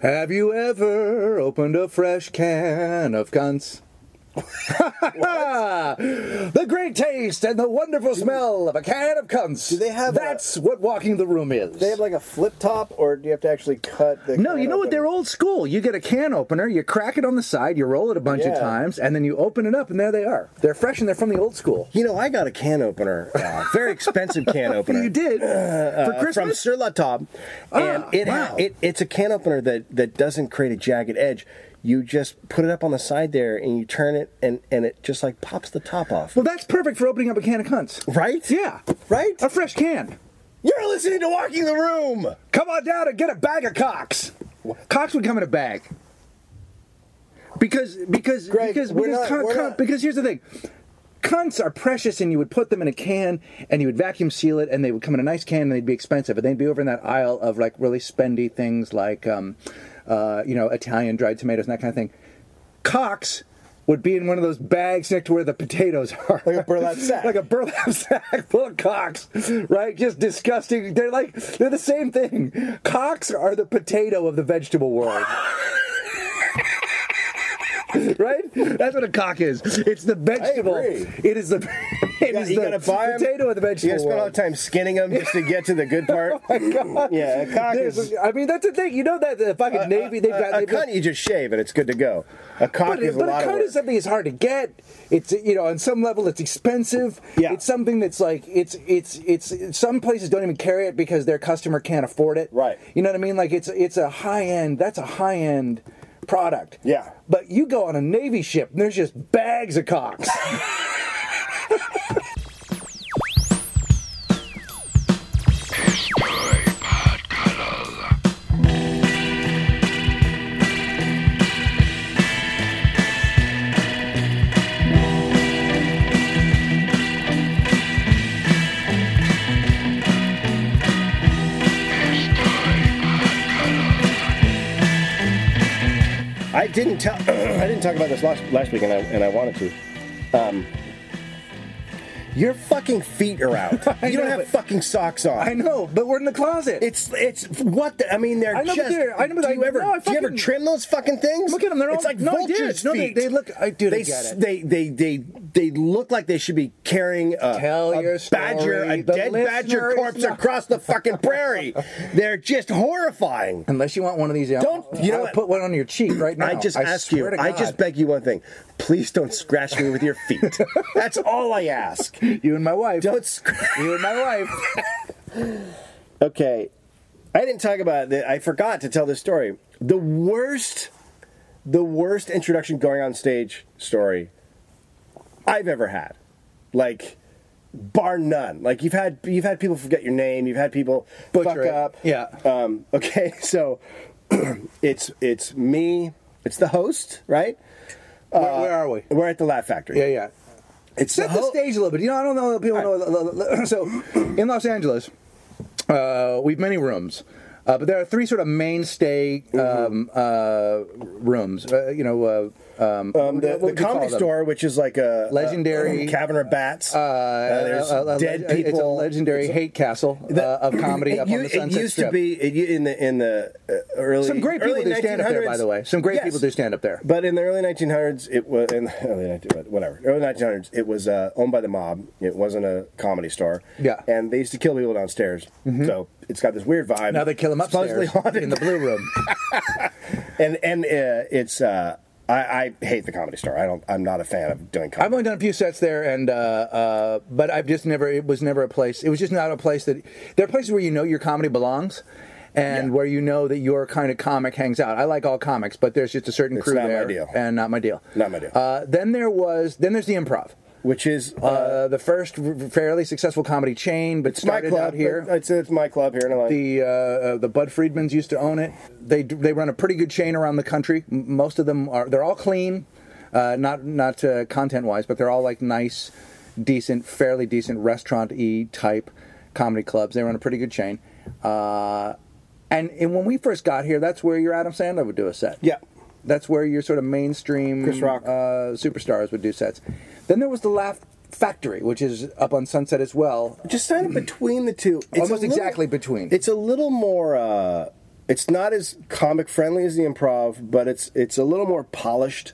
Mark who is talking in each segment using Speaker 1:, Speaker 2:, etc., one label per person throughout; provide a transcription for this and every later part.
Speaker 1: Have you ever opened a fresh can of cunts? the great taste and the wonderful smell of a can of cunts.
Speaker 2: do they have a-
Speaker 1: That's what walking the room is.
Speaker 2: They have like a flip top, or do you have to actually cut the?
Speaker 1: no,
Speaker 2: can
Speaker 1: you know what?
Speaker 2: open?
Speaker 1: They're old school. You get a can opener, you crack it on the side, you roll it a bunch of
Speaker 2: Yeah.
Speaker 1: times, and then you open it up, and there they are. They're fresh and they're from the old school.
Speaker 3: You know, I got a can opener, uh, very expensive can opener.
Speaker 1: You did for
Speaker 3: uh, from
Speaker 1: Christmas.
Speaker 3: Sur La Table, and
Speaker 1: Ah,
Speaker 3: it,
Speaker 1: wow.
Speaker 3: it it's a can opener that that doesn't create a jagged edge. You just put it up on the side there, and you turn it, and and it just like pops the top off.
Speaker 1: well, that's perfect for opening up a can of cunts.
Speaker 3: Right?
Speaker 1: Yeah,
Speaker 3: Right?
Speaker 1: a fresh can.
Speaker 3: You're listening to Walking the Room.
Speaker 1: Come on down and get a bag of cocks. Cocks would come in a bag. Because because
Speaker 2: Greg,
Speaker 1: because
Speaker 2: we're not-
Speaker 1: because, cunt-
Speaker 2: we're
Speaker 1: cunt-
Speaker 2: not-
Speaker 1: because here's the thing. Cunts are precious, and you would put them in a can, and you would vacuum seal it, and they would come in a nice can, and they'd be expensive, and they'd be over in that aisle of like really spendy things, like um, uh, you know Italian dried tomatoes and that kind of thing. Cocks would be in one of those bags next to where the potatoes are,
Speaker 2: Like a burlap sack.
Speaker 1: like a burlap sack full of cocks, right? Just disgusting. They're like they're the same thing. Cocks are the potato of the vegetable world. Right? That's what a cock is. It's the vegetable.
Speaker 2: agree.
Speaker 1: It is the it
Speaker 3: You,
Speaker 1: is
Speaker 3: gotta
Speaker 1: the
Speaker 3: buy 'em.
Speaker 1: potato of the
Speaker 3: You
Speaker 1: vegetable
Speaker 3: gotta spend all the
Speaker 1: world.
Speaker 3: time Oh skinning them just to get to the good part. Yeah, a cock
Speaker 1: There's-
Speaker 3: is.
Speaker 1: I mean, that's the thing. You know that the fucking navy they've got.
Speaker 3: a, a
Speaker 1: they've got-
Speaker 3: cunt you just shave and it's good to go. A cock
Speaker 1: But,
Speaker 3: is a
Speaker 1: but
Speaker 3: lot
Speaker 1: a
Speaker 3: of
Speaker 1: card
Speaker 3: work.
Speaker 1: is something that's hard to get. It's you know on some level it's expensive.
Speaker 3: Yeah.
Speaker 1: It's something that's like it's it's it's some places don't even carry it because their customer can't afford it.
Speaker 2: Right.
Speaker 1: You know what I mean? Like it's it's a high end. That's a high end product.
Speaker 2: Yeah.
Speaker 1: But you go on a navy ship and there's just bags of cocks.
Speaker 3: I didn't tell. I didn't talk about this last last week, and I and I wanted to. Um, your fucking feet are out.
Speaker 1: I
Speaker 3: you don't
Speaker 1: know,
Speaker 3: have
Speaker 1: but-
Speaker 3: fucking socks on.
Speaker 1: I know, but we're in the closet.
Speaker 3: It's it's what the, I mean. They're
Speaker 1: I know, but
Speaker 3: just.
Speaker 1: they're- I know, but
Speaker 3: do
Speaker 1: I-
Speaker 3: you ever
Speaker 1: no, I
Speaker 3: do you ever
Speaker 1: fucking-
Speaker 3: trim those fucking things?
Speaker 1: Look at them, they're all-
Speaker 3: it's like
Speaker 1: no, I did.
Speaker 3: vultures.
Speaker 1: No, they-
Speaker 3: feet.
Speaker 1: they look- I- dude, I
Speaker 3: They
Speaker 1: get
Speaker 3: s-
Speaker 1: it.
Speaker 3: They they they they look like they should be carrying a,
Speaker 1: Tell
Speaker 3: a
Speaker 1: your
Speaker 3: badger,
Speaker 1: story.
Speaker 3: a
Speaker 1: The
Speaker 3: dead
Speaker 1: listener
Speaker 3: badger
Speaker 1: is
Speaker 3: corpse
Speaker 1: not-
Speaker 3: across the fucking prairie. they're just horrifying.
Speaker 1: Unless you want one of these,
Speaker 3: Don't- you know
Speaker 1: I'll
Speaker 3: what?
Speaker 1: put one on your cheek right now.
Speaker 3: I just ask you,
Speaker 1: swear to
Speaker 3: I
Speaker 1: God.
Speaker 3: just beg you one thing. Please don't scratch me with your feet. That's all I ask.
Speaker 1: you and my wife.
Speaker 3: Don't scratch.
Speaker 1: you and my wife.
Speaker 3: Okay. I didn't talk about that. I forgot to tell this story. The worst, the worst introduction going on stage story I've ever had. Like, bar none. Like you've had you've had people forget your name. You've had people fuck
Speaker 1: Butcher it.
Speaker 3: up.
Speaker 1: Yeah.
Speaker 3: Um, okay. So it's it's me. It's the host, right?
Speaker 1: where, where are we?
Speaker 3: We're at the Laugh Factory.
Speaker 1: Yeah, yeah.
Speaker 3: It's
Speaker 1: set the
Speaker 3: ho-
Speaker 1: stage a little bit. You know, I don't know if people know. So, in Los Angeles, uh, we've many rooms. Uh, but there are three sort of mainstay
Speaker 3: Mm-hmm.
Speaker 1: um, uh, rooms. Uh, you know, uh, um,
Speaker 3: Um, the,
Speaker 1: what would
Speaker 3: the
Speaker 1: you call
Speaker 3: comedy
Speaker 1: them?
Speaker 3: store, which is like a
Speaker 1: Legendary-
Speaker 3: a, cavern of bats. Uh, there's
Speaker 1: Uh, uh,
Speaker 3: dead
Speaker 1: uh,
Speaker 3: people.
Speaker 1: It's a legendary hate castle uh, of comedy
Speaker 3: It
Speaker 1: up
Speaker 3: u-
Speaker 1: on the Sunset
Speaker 3: It used
Speaker 1: Strip.
Speaker 3: to be it, u- in the in the uh, early.
Speaker 1: Some great people
Speaker 3: early
Speaker 1: do stand up there,
Speaker 3: 1900s.
Speaker 1: by the way. Some great
Speaker 3: Yes.
Speaker 1: people do stand up there.
Speaker 3: But in the early 1900s, it was in the early 1900s, whatever early 1900s. It was uh, owned by the mob. It wasn't a comedy store.
Speaker 1: Yeah. Mm-hmm.
Speaker 3: and they used to kill people downstairs. So it's got this weird vibe.
Speaker 1: Now they kill them
Speaker 3: It's supposedly
Speaker 1: upstairs
Speaker 3: haunted.
Speaker 1: in the blue room.
Speaker 3: and and uh, it's uh, I, I hate the comedy store. I don't. I'm not a fan of doing comedy.
Speaker 1: I've only done a few sets there, and uh, uh, but I've just never. It was never a place. It was just not a place that. There are places where you know your comedy belongs, and
Speaker 3: Yeah.
Speaker 1: where you know that your kind of comic hangs out. I like all comics, but there's just a certain crew
Speaker 3: not my
Speaker 1: there,
Speaker 3: deal.
Speaker 1: and not my deal.
Speaker 3: Not my deal.
Speaker 1: Uh, then there was. Then there's the improv.
Speaker 3: which is uh,
Speaker 1: Uh, the first r- fairly successful comedy chain, but
Speaker 3: it's my
Speaker 1: started
Speaker 3: club
Speaker 1: out here.
Speaker 3: It's, it's my club here in LA.
Speaker 1: the uh, uh, the Bud Friedmans used to own it. They d- they run a pretty good chain around the country. M- Most of them are they're all clean, uh, not not uh, content wise, but they're all like nice, decent, fairly decent restaurant y type comedy clubs. They run a pretty good chain. Uh, and and when we first got here, that's where your Adam Sandler would do a set.
Speaker 3: Yeah.
Speaker 1: that's where your sort of mainstream
Speaker 3: Chris Rock.
Speaker 1: uh, superstars would do sets. Then there was the Laugh Factory, which is up on Sunset as well.
Speaker 3: Just kind of between the two. It's a
Speaker 1: Almost exactly Hmm. between.
Speaker 3: It's a little more. Uh, It's not as comic friendly as the improv, but it's it's a little more polished.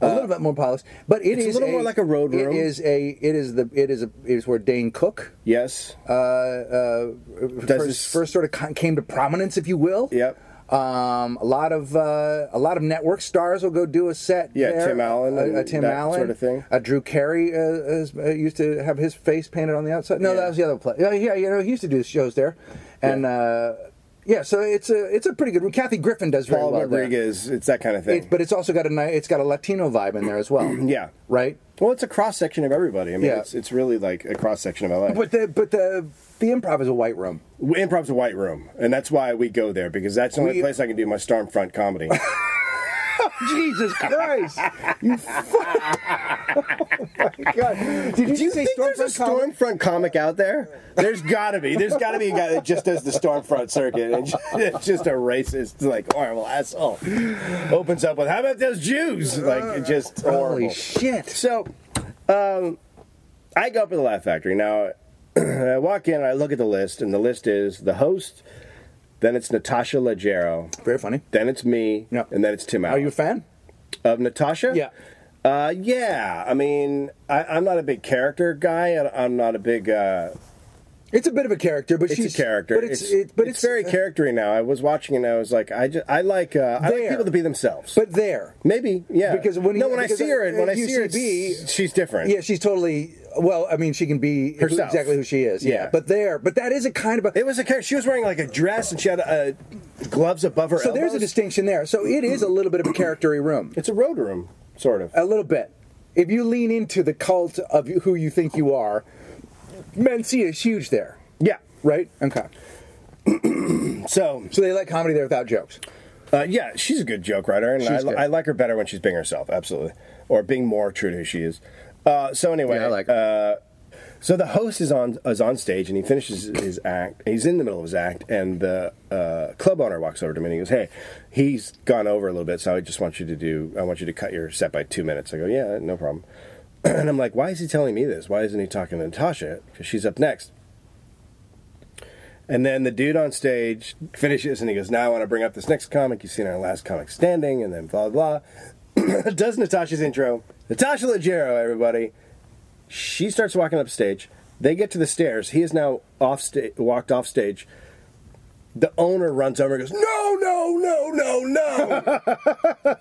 Speaker 1: a little bit more polished, but it
Speaker 3: Uh, it's a
Speaker 1: is
Speaker 3: little more like a road room.
Speaker 1: It is a. It is the. It is a. It is where Dane Cook
Speaker 3: Yes.
Speaker 1: Uh,
Speaker 3: Does
Speaker 1: first,
Speaker 3: this-
Speaker 1: first sort of con- came to prominence, if you will.
Speaker 3: Yep.
Speaker 1: Um, a lot of uh, a lot of network stars will go do a set.
Speaker 3: Yeah,
Speaker 1: there.
Speaker 3: Tim Allen
Speaker 1: a,
Speaker 3: and
Speaker 1: a Tim
Speaker 3: that
Speaker 1: Allen
Speaker 3: sort of thing.
Speaker 1: A Drew Carey uh, is, uh, used to have his face painted on the outside. No,
Speaker 3: Yeah.
Speaker 1: that was the other place. Yeah, yeah, you know, he used to do shows there, and yeah, uh, yeah so it's a it's a pretty good room. Kathy Griffin does very
Speaker 3: Paul
Speaker 1: well there.
Speaker 3: Rodriguez. It's that kind of thing.
Speaker 1: It, but it's also got a ni- it's got a Latino vibe in there as well.
Speaker 3: yeah.
Speaker 1: right.
Speaker 3: Well, it's a cross section of everybody. I mean,
Speaker 1: Yeah.
Speaker 3: it's it's really like a cross section of LA.
Speaker 1: But the but the the improv is a white room.
Speaker 3: Improv's a white room, and that's why we go there because that's the only
Speaker 1: We-
Speaker 3: place I can do my Stormfront comedy.
Speaker 1: Jesus Christ! You fuck! oh my God! Did you,
Speaker 3: Do you
Speaker 1: say
Speaker 3: think
Speaker 1: Stormfront
Speaker 3: there's a
Speaker 1: Comic?
Speaker 3: Stormfront comic out there? There's gotta be. There's gotta be a guy that just does the Stormfront circuit and just, just a racist, like horrible asshole. Opens up with, "How about those Jews?" Like it just horrible.
Speaker 1: Holy shit!
Speaker 3: So, um, I go up to the Laugh Factory. Now, I walk in and I look at the list, and the list is the host, then it's Natasha Leggero,
Speaker 1: Very funny.
Speaker 3: then it's me,
Speaker 1: Yeah.
Speaker 3: and then it's Tim
Speaker 1: Are
Speaker 3: Allen.
Speaker 1: you a fan?
Speaker 3: of Natasha?
Speaker 1: Yeah.
Speaker 3: Uh, yeah. I mean, I, I'm not a big character guy. and I'm not a big. Uh,
Speaker 1: It's a bit of a character, but
Speaker 3: it's
Speaker 1: she's
Speaker 3: a character.
Speaker 1: But it's, it, but it's, uh,
Speaker 3: very charactery now. I was watching and I was like, I just, I like uh, I like
Speaker 1: There.
Speaker 3: people to be themselves.
Speaker 1: But there,
Speaker 3: maybe yeah.
Speaker 1: Because when
Speaker 3: no,
Speaker 1: you-
Speaker 3: when I
Speaker 1: because
Speaker 3: see her,
Speaker 1: at-
Speaker 3: when I
Speaker 1: at
Speaker 3: see her, it's-
Speaker 1: UCB
Speaker 3: she's different.
Speaker 1: yeah, she's totally. Well, I mean, she can be who-
Speaker 3: Herself.
Speaker 1: exactly who she is. Yeah.
Speaker 3: Yeah.
Speaker 1: But there, but that is a kind of a.
Speaker 3: It was a character. She was wearing like a dress and she had uh, gloves above her.
Speaker 1: so there's a
Speaker 3: elbows.
Speaker 1: distinction there. So it is a little bit of a charactery room.
Speaker 3: It's a road room, sort of.
Speaker 1: a little bit. If you lean into the cult of who you think you are, Mencia is huge there,
Speaker 3: yeah.
Speaker 1: right? Okay.
Speaker 3: So
Speaker 1: So they like comedy there without jokes.
Speaker 3: Uh, yeah, she's a good joke writer, and I,
Speaker 1: She's good.
Speaker 3: I like her better when she's being herself, absolutely, or being more true to who she is. Uh, so anyway,
Speaker 1: Yeah, I like
Speaker 3: uh, so the host is on is on stage, and he finishes his act. He's in the middle of his act, and the uh, club owner walks over to me and he goes, "Hey, he's gone over a little bit, so I just want you to do. I want you to cut your set by two minutes." I go, "Yeah, no problem." and I'm like, "Why is he telling me this? Why isn't he talking to Natasha? Because she's up next." And then the dude on stage finishes and he goes, Now I want to bring up this next comic you've seen on Last Comic Standing, and then blah, blah. Does Natasha's intro. Natasha Leggero, everybody. She starts walking up stage. They get to the stairs. He is now off sta- walked off stage. The owner runs over and goes, No, no, no, no, no.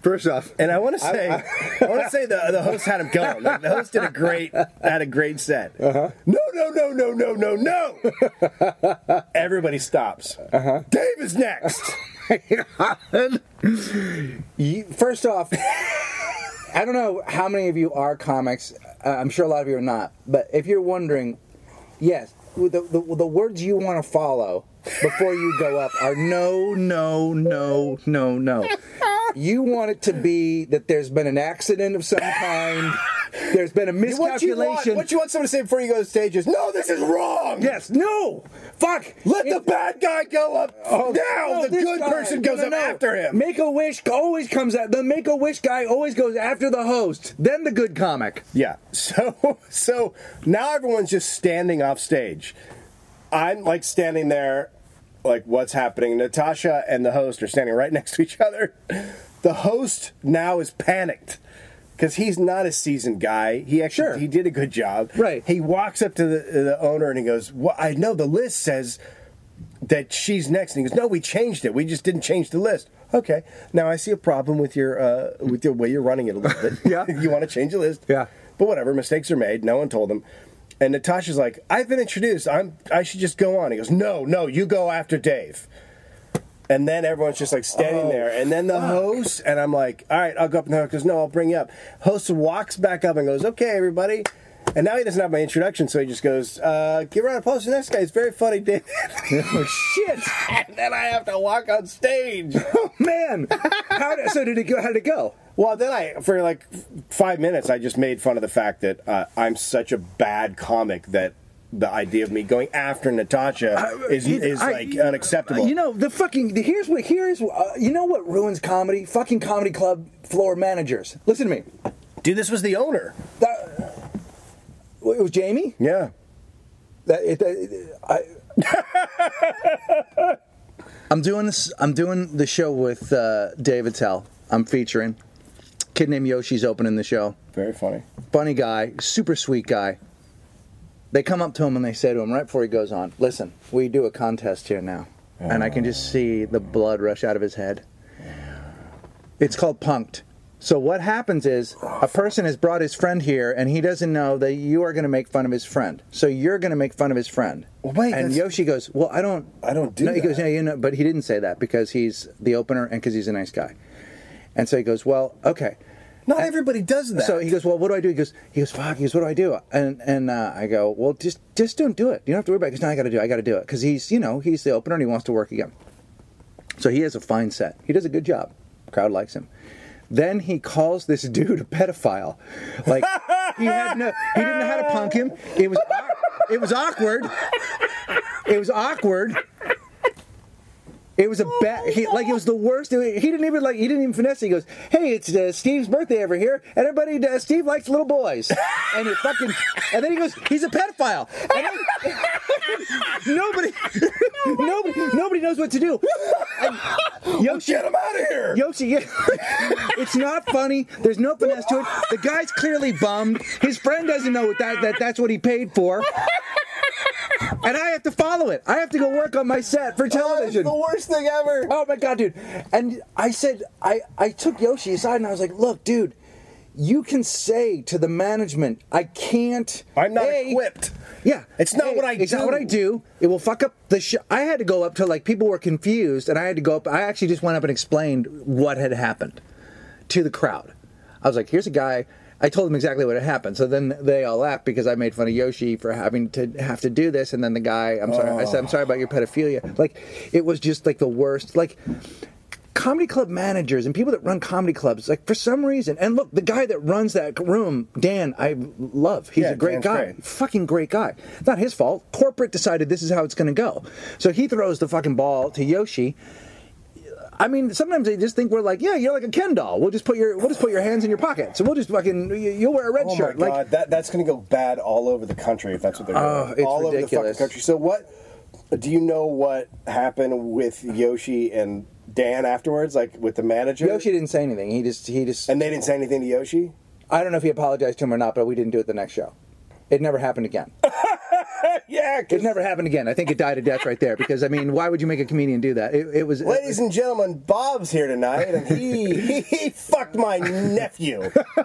Speaker 1: First off,
Speaker 3: and I want to say, I, want to say the, the host had him going. Like, the host did a great, had a great set. Uh-huh. No, no, no, no, no, no, no. Everybody stops. Uh-huh. Dave is next.
Speaker 1: you, first off, I don't know how many of you are comics. Uh, I'm sure a lot of you are not. But if you're wondering, yes, the, the, the words you want to follow before you go up are no, no, no, no, no. You want it to be that there's been an accident of some kind. There's been a
Speaker 3: what you want?
Speaker 1: miscalculation.
Speaker 3: What you want someone to say before you go to stage is, "No, this is wrong."
Speaker 1: yes, no, fuck.
Speaker 3: Let the
Speaker 1: It-
Speaker 3: bad guy go up. now
Speaker 1: Oh, No,
Speaker 3: the
Speaker 1: this
Speaker 3: good
Speaker 1: guy.
Speaker 3: person
Speaker 1: No,
Speaker 3: goes
Speaker 1: no,
Speaker 3: up
Speaker 1: no.
Speaker 3: after him.
Speaker 1: Make a wish always comes out. The make a wish guy always goes after the host, then the good comic.
Speaker 3: Yeah. So so now everyone's just standing off stage. I'm like standing there, like what's happening? Natasha and the host are standing right next to each other. The host now is panicked because he's not a seasoned guy. He actually
Speaker 1: Sure.
Speaker 3: he did a good job.
Speaker 1: Right.
Speaker 3: He walks up to the, the owner and he goes, well, "I know the list says." that she's next. And he goes, "No, we changed it. We just didn't change the list." Okay. Now I see a problem with your uh, with the way you're running it a little bit.
Speaker 1: Yeah.
Speaker 3: you want to change the list.
Speaker 1: Yeah.
Speaker 3: But whatever, mistakes are made. No one told him. And Natasha's like, "I've been introduced. I'm. I should just go on." He goes, "No, no, you go after Dave." And then everyone's just like
Speaker 1: Oh.
Speaker 3: standing there. And then the host, and I'm like, all right, I'll go up and the host goes, no, I'll bring you up. Host walks back up and goes, okay, everybody. And now he doesn't have my introduction, so he just goes, uh, give a round of applause to the next guy. He's very funny, Dave.
Speaker 1: Oh shit,
Speaker 3: and then I have to walk on stage.
Speaker 1: Oh. man! How did, so did it go? How did it go?
Speaker 3: Well, then I, for like f- five minutes, I just made fun of the fact that uh, I'm such a bad comic that the idea of me going after Natasha
Speaker 1: Uh,
Speaker 3: is,
Speaker 1: It-
Speaker 3: is
Speaker 1: I-
Speaker 3: like unacceptable.
Speaker 1: You know the fucking. the- here's what. Here is. Uh, you know what ruins comedy? Fucking comedy club floor managers. Listen to me.
Speaker 3: Dude, this was the owner.
Speaker 1: That, it was Jamie.
Speaker 3: Yeah.
Speaker 1: That, it, that- I, I'm doing this. I'm doing the show with uh, David Tell. I'm featuring kid named Yoshi's opening the show.
Speaker 3: Very funny.
Speaker 1: Funny guy, super sweet guy. They come up to him and they say to him right before he goes on, "Listen, we do a contest here now," and I can
Speaker 3: Oh.
Speaker 1: just see the blood rush out of his head. It's called punked. So what happens is a person has brought his friend here and he doesn't know that you are going to make fun of his friend. So you're going to make fun of his friend.
Speaker 3: Well, wait,
Speaker 1: and
Speaker 3: that's-
Speaker 1: Yoshi goes, "Well, I don't,
Speaker 3: I don't do
Speaker 1: No, he
Speaker 3: that.
Speaker 1: goes, "Yeah, you know," but he didn't say that because he's the opener and because he's a nice guy. And so he goes, "Well, okay."
Speaker 3: Not everybody does that.
Speaker 1: So he goes, well, what do I do? He goes, he goes, fuck. He goes, what do I do? And and uh, I go, well, just just don't do it. You don't have to worry about. it. Because now I got to do. it. I got to do it because he's you know he's the opener and he wants to work again. So he has a fine set. He does a good job. Crowd likes him. Then he calls this dude a pedophile. Like he had no, he didn't know how to punk him. It was au- it was awkward. It was awkward. It was a bad, he, like it was the worst. He didn't even like. He didn't even finesse. it. He goes, "Hey, it's uh, Steve's birthday over here, and everybody, uh, Steve likes little boys." And it fucking, and then he goes, "He's a pedophile." And then- nobody, nobody, nobody knows what to do. And Yoshi,
Speaker 3: Get him out of here!
Speaker 1: Yoshi, yeah. it's not funny. There's no finesse to it. The guy's clearly bummed. His friend doesn't know what that, that that's what he paid for. And I have to follow it. I have to go work on my set for
Speaker 2: That's
Speaker 1: television.
Speaker 2: the worst thing ever.
Speaker 1: Oh my god, dude! And I said, I I took Yoshi aside and I was like, look, dude, you can say to the management, I can't.
Speaker 3: I'm not
Speaker 1: A,
Speaker 3: equipped.
Speaker 1: Yeah,
Speaker 3: It's not what I
Speaker 1: It's not
Speaker 3: do.
Speaker 1: what I do. It will fuck up the show. I had to go up to like people were confused, and I had to go up. I actually just went up and explained what had happened to the crowd. I was like, here's a guy. I told them exactly what had happened. So then they all laughed because I made fun of Yoshi for having to have to do this. And then the guy, I'm sorry, I said, I'm sorry about your pedophilia. Like, it was just like the worst. Like, comedy club managers and people that run comedy clubs, like, for some reason, and look, the guy that runs that room, Dan, I love. He's
Speaker 3: Yeah,
Speaker 1: a great
Speaker 3: Dan's
Speaker 1: guy
Speaker 3: great.
Speaker 1: fucking great guy. It's Not his fault. Corporate decided this is how it's going to go. So he throws the fucking ball to Yoshi. I mean, sometimes they just think we're like, yeah, you're like a Ken doll. We'll just put your we'll just put your hands in your pockets. So we'll just fucking you- you'll wear a red
Speaker 3: Oh
Speaker 1: shirt.
Speaker 3: my
Speaker 1: Like,
Speaker 3: god, that, that's going to go bad all over the country if that's what they're
Speaker 1: Oh,
Speaker 3: doing.
Speaker 1: it's
Speaker 3: all over the
Speaker 1: ridiculous.
Speaker 3: fucking country. So what? Do you know what happened with Yoshi and Dan afterwards? Like with the manager,
Speaker 1: Yoshi didn't say anything. He just he just.
Speaker 3: and they didn't say anything to Yoshi.
Speaker 1: I don't know if he apologized to him or not, but we didn't do it the next show. It never happened again.
Speaker 3: Yeah, 'cause-
Speaker 1: It never happened again. I think it died a death right there because I mean, why would you make a comedian do that? It, it was
Speaker 3: ladies and gentlemen, Bob's here tonight, and he he, he fucked my nephew.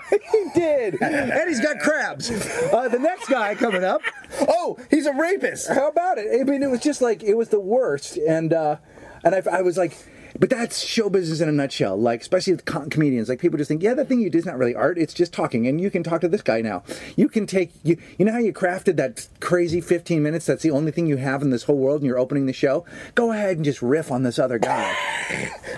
Speaker 1: he did, and he's got crabs. Uh, the next guy coming up.
Speaker 3: oh, he's a rapist.
Speaker 1: how about it? I mean, it was just like it was the worst, and uh, and I, I was like, but that's show business in a nutshell. Like, especially with com- comedians, like people just think, yeah, that thing you do is not really art. It's just talking, and you can talk to this guy now. You can take you, you know how you crafted that crazy fifteen minutes. That's the only thing you have in this whole world, and you're opening the show. Go ahead and just riff on this other guy.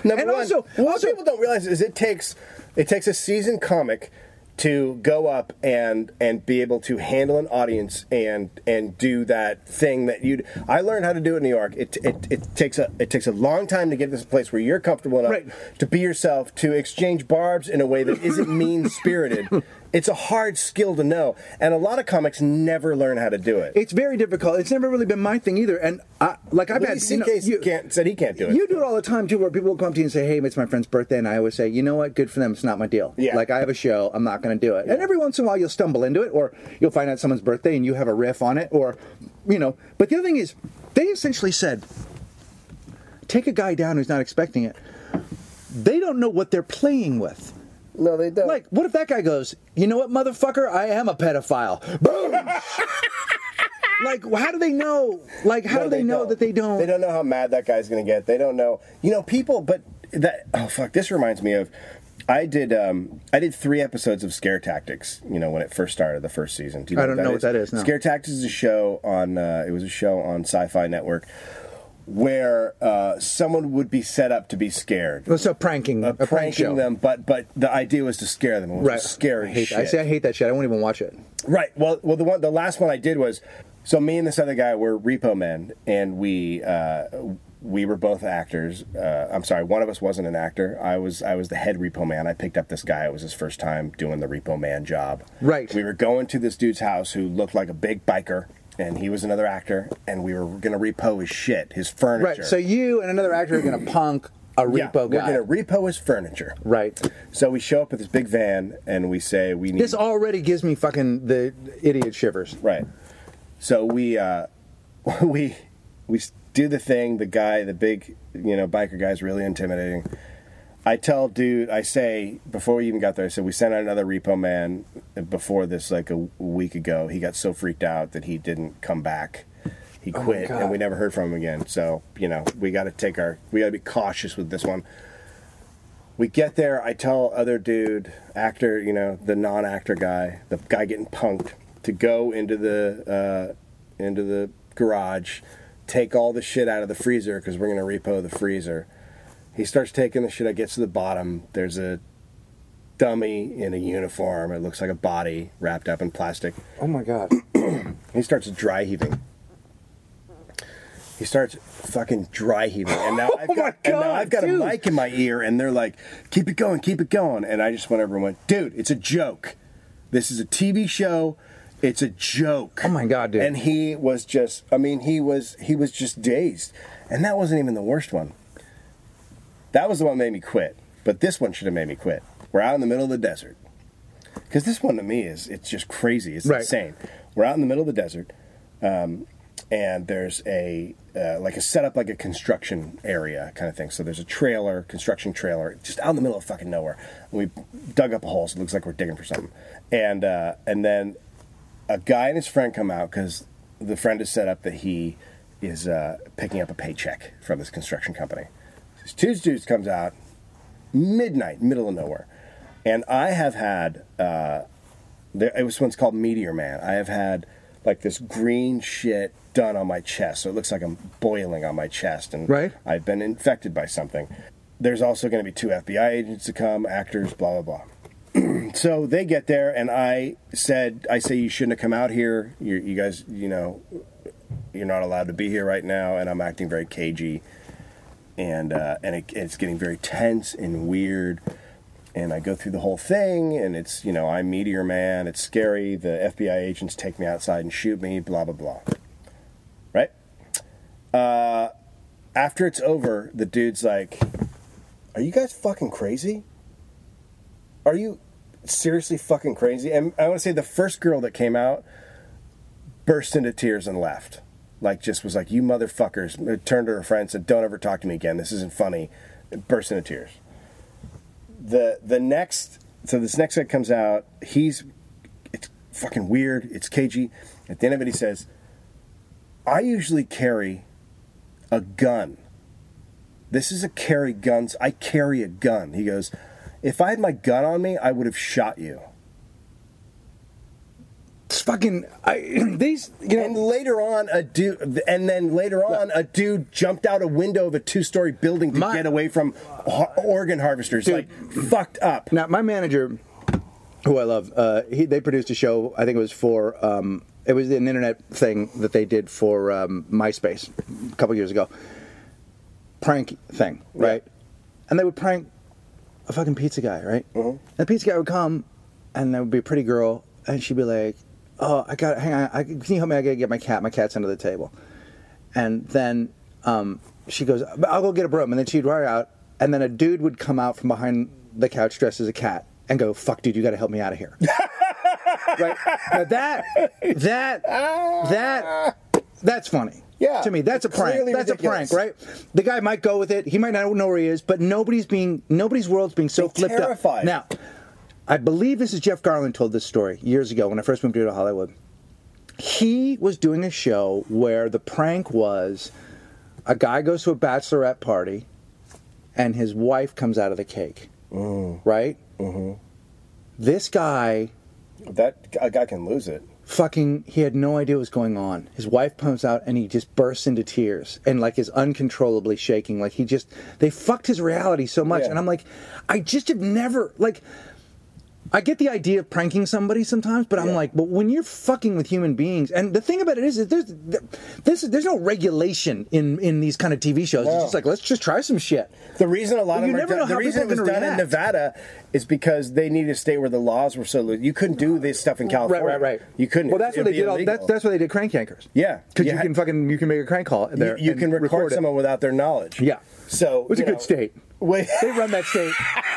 Speaker 3: Number
Speaker 1: And
Speaker 3: one,
Speaker 1: also-
Speaker 3: what
Speaker 1: also-
Speaker 3: people don't realize is it takes it takes a seasoned comic to go up and and be able to handle an audience and and do that thing that you. I learned how to do it in New York. It, it it takes a it takes a long time to get to this place where you're comfortable enough
Speaker 1: Right.
Speaker 3: to be yourself, to exchange barbs in a way that isn't mean spirited. it's a hard skill to know, and a lot of comics never learn how to do it.
Speaker 1: it's very difficult. It's never really been my thing either. And I, like I've had
Speaker 3: Louis
Speaker 1: you know,
Speaker 3: C.K.
Speaker 1: you-
Speaker 3: can't- said he can't do it.
Speaker 1: You do it all the time too, where people will come up to you and say, "Hey, it's my friend's birthday," and I always say, "You know what? Good for them. It's not my deal.
Speaker 3: Yeah.
Speaker 1: Like I have a show. I'm not going to do it." And every once in a while, you'll stumble into it, or you'll find out someone's birthday and you have a riff on it, or you know. But the other thing is, they essentially said, "Take a guy down who's not expecting it." They don't know what they're playing with.
Speaker 2: No, they don't.
Speaker 1: Like, what if that guy goes, you know what, motherfucker, I am a pedophile. Boom! like, how do they know? Like, how
Speaker 3: No,
Speaker 1: do they, know
Speaker 3: don't.
Speaker 1: that they don't?
Speaker 3: They don't know how mad that guy's going to get. They don't know. You know, people. But that. Oh fuck! This reminds me of. I did. Um, I did three episodes of Scare Tactics. You know, when it first started, the first season. Do you
Speaker 1: I don't know what that is, no.
Speaker 3: Scare Tactics is a show on. Uh, it was a show on Sci-Fi Network where uh, someone would be set up to be scared.
Speaker 1: Well, Oh, so pranking, a prank
Speaker 3: Uh, pranking
Speaker 1: show.
Speaker 3: them, but but the idea was to scare them. It was
Speaker 1: right?
Speaker 3: scary
Speaker 1: I hate,
Speaker 3: shit.
Speaker 1: I say I hate that shit. I won't even watch it.
Speaker 3: Right. Well, well, the one, the last one I did was so me and this other guy were repo men, and we uh, we were both actors. Uh, I'm sorry, one of us wasn't an actor. I was I was the head repo man. I picked up this guy. It was his first time doing the repo man job.
Speaker 1: Right.
Speaker 3: We were going to this dude's house who looked like a big biker. and he was another actor, and we were going to repo his shit, his furniture.
Speaker 1: Right. So you and another actor are going to punk a
Speaker 3: yeah,
Speaker 1: repo
Speaker 3: we're
Speaker 1: guy.
Speaker 3: going to repo his furniture.
Speaker 1: right.
Speaker 3: So we show up with this big van, and we say we need
Speaker 1: This already gives me fucking the idiot shivers.
Speaker 3: Right. So we uh, we we do the thing. The guy, the big you know biker guy's really intimidating. I tell dude, I say before we even got there, I said we sent out another repo man before this like a week ago. He got so freaked out that he didn't come back. He quit,
Speaker 1: God.
Speaker 3: and we never heard from him again. So you know we got to take our we got to be cautious with this one. We get there. I tell other dude, actor, you know, the non-actor guy, the guy getting punked, to go into the uh, into the garage, take all the shit out of the freezer because we're gonna repo the freezer. He starts taking the shit. I gets to the bottom. There's a dummy in a uniform. It looks like a body wrapped up in plastic.
Speaker 1: Oh my god.
Speaker 3: He starts dry heaving. He starts fucking dry heaving, and now I've
Speaker 1: Oh
Speaker 3: got,
Speaker 1: my
Speaker 3: and now
Speaker 1: God,
Speaker 3: I've got
Speaker 1: dude.
Speaker 3: a mic in my ear, and they're like, "Keep it going, keep it going," and I just went over and went, "Dude, it's a joke. This is a TV show. It's a joke."
Speaker 1: Oh my God, dude.
Speaker 3: And he was just—I mean, he was—he was just dazed, and that wasn't even the worst one. That was the one that made me quit, but this one should have made me quit. We're out in the middle of the desert. Because this one to me is it's just crazy. It's
Speaker 1: Right.
Speaker 3: insane. We're out in the middle of the desert, um, and there's a uh, like a setup like a construction area kind of thing. So there's a trailer, construction trailer, just out in the middle of fucking nowhere. And we dug up a hole, so it looks like we're digging for something. And uh, and then a guy and his friend come out because the friend has set up that he is uh, picking up a paycheck from this construction company. This two dudes comes out, midnight, middle of nowhere, and I have had uh, there, it was one's called Meteor Man. I have had like this green shit done on my chest, so it looks like I'm boiling on my chest, and
Speaker 1: Right.
Speaker 3: I've been infected by something. There's also going to be two FBI agents to come, actors, blah blah blah so they get there and i said i say you shouldn't have come out here you, you guys you know you're not allowed to be here right now and i'm acting very cagey and uh, and it, it's getting very tense and weird and i go through the whole thing and it's you know i'm meteor man it's scary the fbi agents take me outside and shoot me blah blah blah right uh, after it's over the dude's like are you guys fucking crazy are you seriously fucking crazy? And I want to say the first girl that came out burst into tears and left. Like, just was like, you motherfuckers. uh, Turned to her friend and said, don't ever talk to me again. This isn't funny. Burst into tears. The, the next, so this next guy comes out. He's, it's fucking weird. It's cagey. At the end of it, he says, I usually carry a gun. This is a carry guns. I carry a gun. He goes, If I had my gun on me, I would have shot you.
Speaker 1: It's fucking I these you
Speaker 3: And
Speaker 1: know
Speaker 3: later on, a dude, and then later on, a dude jumped out a window of a two-story building to
Speaker 1: My-
Speaker 3: get away from ho- organ harvesters.
Speaker 1: Dude.
Speaker 3: Like fucked up.
Speaker 1: now my manager who I love, uh, he they produced a show, I think it was for um it was an internet thing that they did for um, MySpace a couple years ago. Prank thing, right? And they would prank a fucking pizza guy, right? And the pizza guy would come, and there would be a pretty girl, and she'd be like, "Oh, I got hang on, I, can you help me? I gotta get my cat. My cat's under the table." And then um, she goes, "But "I'll go get a broom," and then she'd run out, and then a dude would come out from behind the couch dressed as a cat and go, "Fuck, dude, you gotta help me out of here." right now, that that that that's funny.
Speaker 3: Ah. Yeah.
Speaker 1: to me, that's a prank.
Speaker 3: Clearly
Speaker 1: that's
Speaker 3: ridiculous.
Speaker 1: a prank, right? The guy might go with it. He might not know where he is, but nobody's being nobody's world's being so
Speaker 3: Be
Speaker 1: flipped
Speaker 3: terrified.
Speaker 1: up. Now, I believe this is Jeff Garland told this story years ago when I first moved here to Hollywood. He was doing a show where the prank was a guy goes to a bachelorette party and his wife comes out of the cake. Right? Mm-hmm. This guy
Speaker 3: That a guy can lose it.
Speaker 1: fucking he had no idea what was going on his wife comes out and he just bursts into tears and like is uncontrollably shaking like he just they fucked his reality so much
Speaker 3: Yeah.
Speaker 1: and i'm like i just have never like I get the idea of pranking somebody sometimes, but I'm like, but when you're fucking with human beings, and the thing about it is, is there's this is there's no regulation in in these kind of TV shows.
Speaker 3: No.
Speaker 1: It's just like let's just try some shit.
Speaker 3: The reason a lot
Speaker 1: Well,
Speaker 3: of
Speaker 1: you
Speaker 3: them are
Speaker 1: never
Speaker 3: done-
Speaker 1: know
Speaker 3: the
Speaker 1: how
Speaker 3: reason it
Speaker 1: people
Speaker 3: was
Speaker 1: are
Speaker 3: done
Speaker 1: gonna
Speaker 3: in
Speaker 1: react.
Speaker 3: Nevada is because they needed a state where the laws were so loose. You couldn't do this stuff in California.
Speaker 1: Right, right, right.
Speaker 3: You couldn't.
Speaker 1: Well, that's
Speaker 3: It'd
Speaker 1: what they
Speaker 3: be
Speaker 1: did. All,
Speaker 3: illegal.
Speaker 1: that's that's what they did crank yankers.
Speaker 3: Yeah.
Speaker 1: because
Speaker 3: Yeah.
Speaker 1: you can fucking you can make a crank call there.
Speaker 3: you, you
Speaker 1: and
Speaker 3: can record,
Speaker 1: it.
Speaker 3: someone without their knowledge.
Speaker 1: Yeah.
Speaker 3: So
Speaker 1: It was a
Speaker 3: you
Speaker 1: good
Speaker 3: know,
Speaker 1: state.
Speaker 3: Wait,
Speaker 1: They run that state.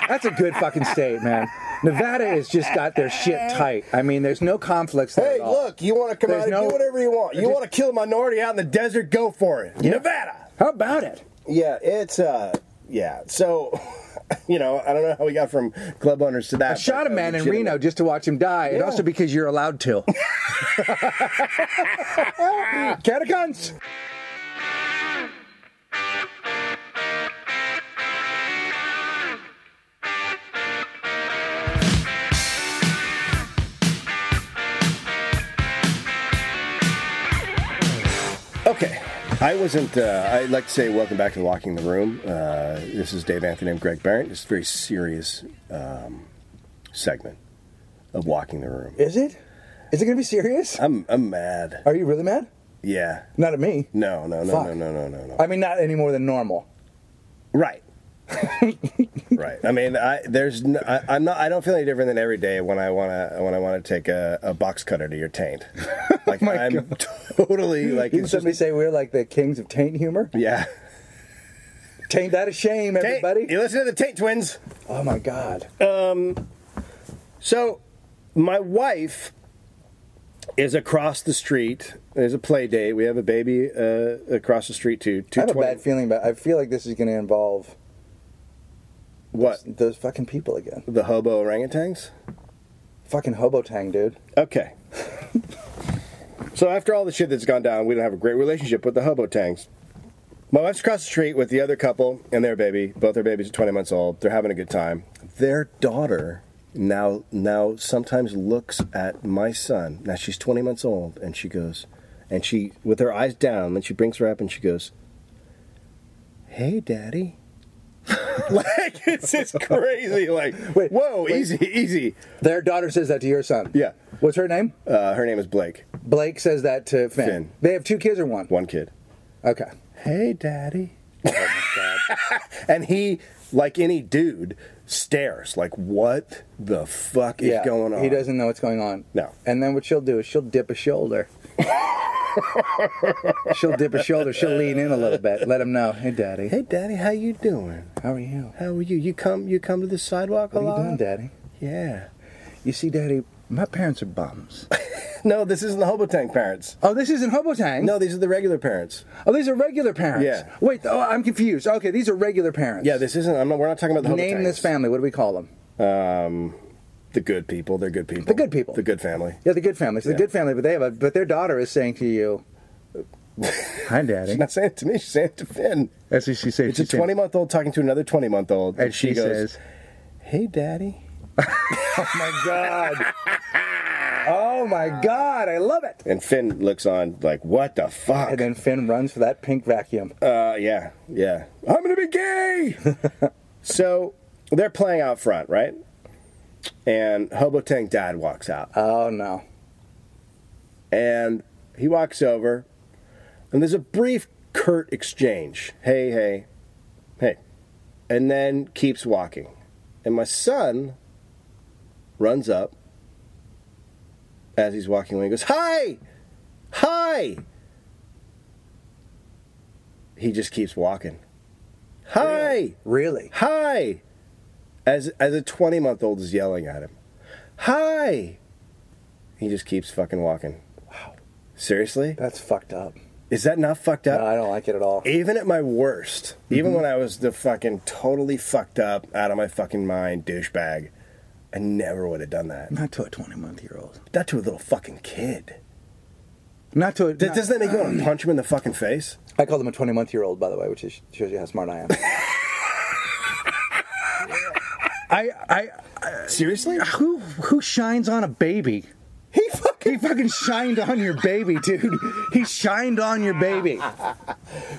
Speaker 1: That's a good fucking state, man. Nevada has just got their shit tight. I mean, there's no conflicts there
Speaker 3: hey,
Speaker 1: at all.
Speaker 3: look, you want to come
Speaker 1: There's
Speaker 3: out and
Speaker 1: no-
Speaker 3: do whatever you want. You
Speaker 1: Just-
Speaker 3: want to kill a minority out in the desert? Go for it. Nevada.
Speaker 1: How about it?
Speaker 3: Yeah, it's uh, yeah. So, you know, I don't know how we got from club owners to that.
Speaker 1: I shot a
Speaker 3: but, uh,
Speaker 1: man in
Speaker 3: legitimate.
Speaker 1: Reno just to watch him die, and
Speaker 3: Yeah.
Speaker 1: also because you're allowed to. Cat of guns.
Speaker 3: Okay. I wasn't, uh, I'd like to say welcome back to Walking the Room. Uh, this is Dave Anthony. I'm Greg Barrett. It's a very serious um, segment of Walking the Room.
Speaker 1: Is it? Is it gonna be serious?
Speaker 3: I'm, I'm mad.
Speaker 1: Are you really mad?
Speaker 3: Yeah.
Speaker 1: Uh, Not at me.
Speaker 3: No, no, no,
Speaker 1: Fuck.
Speaker 3: no, no, no, no, no.
Speaker 1: I mean, not any more than normal.
Speaker 3: Right. right. I mean, I there's no, I, I'm not. I don't feel any different than every day when I wanna when I wanna take a, a box cutter to your taint. Like
Speaker 1: my
Speaker 3: I'm totally like
Speaker 1: Didn't
Speaker 3: it's just,
Speaker 1: somebody say we're like the kings of taint humor?
Speaker 3: yeah.
Speaker 1: Taint that a shame,
Speaker 3: Taint,
Speaker 1: everybody.
Speaker 3: you listen to the Taint Twins.
Speaker 1: Oh my god.
Speaker 3: So, my wife is across the street. There's a play date. We have a baby uh, across the street too.
Speaker 1: I
Speaker 3: Two
Speaker 1: have a bad feeling about. I feel like this is going to involve
Speaker 3: What
Speaker 1: those fucking people again.
Speaker 3: the hobo orangutans?
Speaker 1: Fucking hobotang, dude.
Speaker 3: Okay. so after all the shit that's gone down, we don't have a great relationship with the hobo tangs. My wife's across the street with the other couple and their baby. Both their babies are 20 months old. They're having a good time. Their daughter now now sometimes looks at my son. Now she's 20 months old and she goes and she with her eyes down, then she brings her up and she goes, "Hey, daddy." like it's just crazy. Like,
Speaker 1: Wait,
Speaker 3: whoa,
Speaker 1: wait.
Speaker 3: easy, easy.
Speaker 1: Their daughter says that to your son.
Speaker 3: Yeah.
Speaker 1: What's her name?
Speaker 3: Uh, her name is Blake.
Speaker 1: Blake says that to Finn.
Speaker 3: Finn.
Speaker 1: They have two kids or one.
Speaker 3: One Oh kid.
Speaker 1: Okay.
Speaker 3: hey daddy and he like any dude stares like what the fuck is
Speaker 1: yeah.
Speaker 3: going on
Speaker 1: He doesn't know what's going on.
Speaker 3: No.
Speaker 1: And then what she'll do is she'll dip a shoulder. she'll dip a shoulder. She'll lean in a little bit. Let him know. Hey, daddy.
Speaker 3: hey daddy how you doing
Speaker 1: How are you?
Speaker 3: how are you you come you come to the sidewalk a
Speaker 1: What are
Speaker 3: lot
Speaker 1: you doing, daddy?
Speaker 3: yeah
Speaker 1: You see, daddy, my parents are bums.
Speaker 3: no this isn't the hobotank parents
Speaker 1: oh, this isn't hobotang.
Speaker 3: no these are the regular parents
Speaker 1: Oh, these are regular parents.
Speaker 3: Yeah.
Speaker 1: Wait, oh, I'm confused. Okay, these are regular parents.
Speaker 3: yeah this isn't i'm not we're not talking about the
Speaker 1: Name
Speaker 3: Hobotangs.
Speaker 1: this family. What do we call them?
Speaker 3: the good people they're good people
Speaker 1: The good people.
Speaker 3: the good family
Speaker 1: Yeah, the good family. So
Speaker 3: Yeah.
Speaker 1: the good family, but they have a but their daughter is saying to you, "Hi, Daddy."
Speaker 3: she's not saying it to me she's saying it to finn
Speaker 1: That's what she says.
Speaker 3: it's a 20 month old talking to another 20 month old
Speaker 1: and she,
Speaker 3: goes
Speaker 1: says,
Speaker 3: hey daddy
Speaker 1: "Oh my God! oh my God! I love it!"
Speaker 3: and finn looks on like what the fuck
Speaker 1: And then Finn runs for that pink vacuum.
Speaker 3: Uh, yeah, yeah. I'm gonna be gay. so they're playing out front, right? And Hobotang Dad walks out,
Speaker 1: Oh no!
Speaker 3: and he walks over, and there's a brief, curt exchange. Hey, hey, hey, and then keeps walking, and my son runs up as he's walking away. He goes, "Hi, hi." He just keeps walking. Hi.
Speaker 1: Really?
Speaker 3: Hi! As as a 20 month old is yelling at him. Hi! He just keeps fucking walking. Wow. Seriously?
Speaker 1: That's fucked up.
Speaker 3: Is that not fucked up?
Speaker 1: No, I don't like it at all.
Speaker 3: even at my worst,
Speaker 1: Mm-hmm.
Speaker 3: even when I was the fucking totally fucked up, out of my fucking mind douchebag, I never would have done that.
Speaker 1: Not to a 20-month-year-old.
Speaker 3: That to a little fucking kid.
Speaker 1: Not to a.
Speaker 3: Th-
Speaker 1: not-
Speaker 3: doesn't that make you want to punch him in the fucking face?
Speaker 1: I call them a 20 month year old, by the way, which is, shows you how smart I am. I, I,
Speaker 3: Seriously?
Speaker 1: who, who shines on a baby?
Speaker 3: He fucking
Speaker 1: He fucking shined on your baby, dude. He shined on your baby.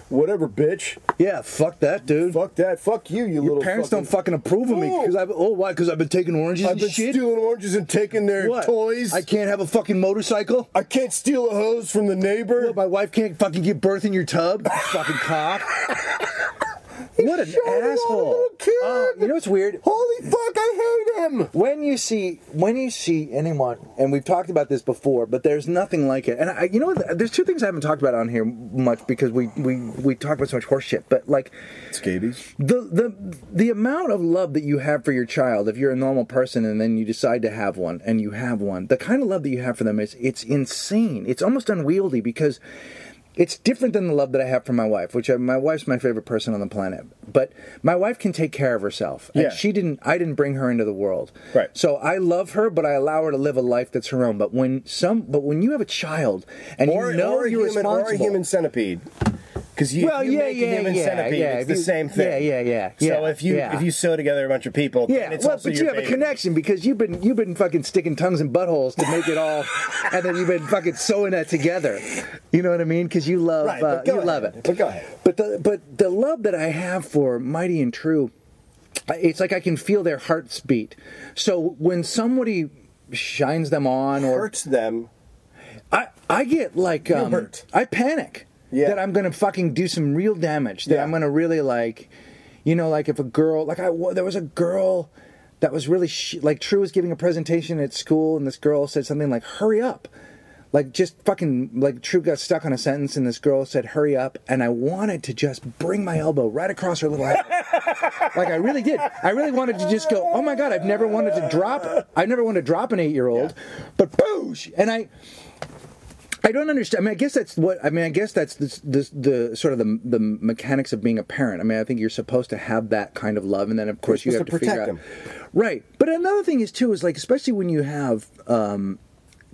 Speaker 3: Whatever, bitch.
Speaker 1: Yeah, fuck that, dude.
Speaker 3: Fuck that. Fuck you, you
Speaker 1: your
Speaker 3: little.
Speaker 1: parents
Speaker 3: fucking-
Speaker 1: don't fucking approve of me because I've oh why because I've been taking oranges
Speaker 3: I've
Speaker 1: and
Speaker 3: been
Speaker 1: shit.
Speaker 3: stealing oranges and taking their
Speaker 1: What?
Speaker 3: toys.
Speaker 1: I can't have a fucking motorcycle.
Speaker 3: I can't steal a hose from the neighbor.
Speaker 1: What, my wife can't fucking give birth in your tub. You fucking cock. what an
Speaker 3: showing off
Speaker 1: asshole!
Speaker 3: little kid.
Speaker 1: Oh, you know what's weird?
Speaker 3: Holy fuck! I hate him.
Speaker 1: when you see when you see anyone and we've talked about this before but there's nothing like it and I, you know what? there's two things i haven't talked about on here much because we we we talk about so much horse shit but like
Speaker 3: Scabies.
Speaker 1: the the the amount of love that you have for your child if you're a normal person and then you decide to have one and you have one the kind of love that you have for them is it's insane it's almost unwieldy because it's different than the love that I have for my wife, which I, my wife's my favorite person on the planet. But my wife can take care of herself.
Speaker 3: Yeah.
Speaker 1: And she didn't. I didn't bring her into the world.
Speaker 3: Right.
Speaker 1: So I love her, but I allow her to live a life that's her own. But when some, but when you have a child and
Speaker 3: Or,
Speaker 1: you know
Speaker 3: or, a
Speaker 1: you're
Speaker 3: human, or
Speaker 1: responsible,
Speaker 3: a human centipede. Because you,
Speaker 1: well,
Speaker 3: if you
Speaker 1: yeah,
Speaker 3: make
Speaker 1: yeah,
Speaker 3: a human
Speaker 1: yeah,
Speaker 3: centipede,
Speaker 1: yeah.
Speaker 3: it's
Speaker 1: If
Speaker 3: the
Speaker 1: you-
Speaker 3: same thing.
Speaker 1: Yeah, yeah, yeah.
Speaker 3: So
Speaker 1: yeah,
Speaker 3: if you
Speaker 1: yeah.
Speaker 3: if you sew together a bunch of people,
Speaker 1: Yeah,
Speaker 3: then it's
Speaker 1: well,
Speaker 3: also
Speaker 1: but
Speaker 3: your
Speaker 1: you have
Speaker 3: baby.
Speaker 1: a connection because you've been you've been fucking sticking tongues in buttholes to make it all, and then you've been fucking sewing that together. You know what I mean? Because you love
Speaker 3: Right,
Speaker 1: uh,
Speaker 3: but go
Speaker 1: you love
Speaker 3: ahead.
Speaker 1: it.
Speaker 3: But go ahead.
Speaker 1: But the but the love that I have for Mighty and True, it's like I can feel their hearts beat. So when somebody shines them on or
Speaker 3: Hurts them.
Speaker 1: I, I get like um,
Speaker 3: hurt.
Speaker 1: I panic
Speaker 3: Yeah.
Speaker 1: that I'm gonna fucking do some real damage. That
Speaker 3: Yeah.
Speaker 1: I'm gonna really like, you know, like if a girl like I wa- there was a girl that was really sh- like True was giving a presentation at school and this girl said something like hurry up, like just fucking like True got stuck on a sentence and this girl said hurry up and I wanted to just bring my elbow right across her little eye. Like I really did. I really wanted to just go. Oh my god! I've never wanted to drop. I've never wanted to drop an eight-year-old, but boosh! And I, I don't understand. I mean, I guess that's what. I mean, I guess that's the the, the sort of the the mechanics of being a parent. I mean, I think you're supposed to have that kind of love, and then of course
Speaker 3: You're
Speaker 1: you have
Speaker 3: supposed
Speaker 1: to,
Speaker 3: to
Speaker 1: figure out.
Speaker 3: protect
Speaker 1: Right, but another thing is too is like especially when you have. um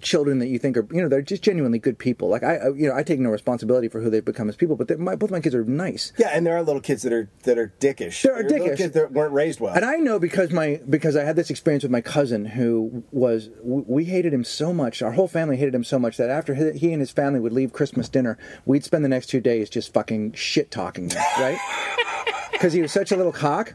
Speaker 1: children that you think are you know they're just genuinely good people like i I- you know i take no responsibility for who they've become as people but they're- my, both my kids are nice
Speaker 3: Yeah, and there are little kids that are that are dickish.
Speaker 1: There are
Speaker 3: There little
Speaker 1: dickish.
Speaker 3: kids that weren't raised well.
Speaker 1: And I know because my because I had this experience with my cousin who was w- we hated him so much. Our whole family hated him so much that after he he and his family would leave Christmas dinner, we'd spend the next two days just fucking shit talking him, right? Because he was such a little cock.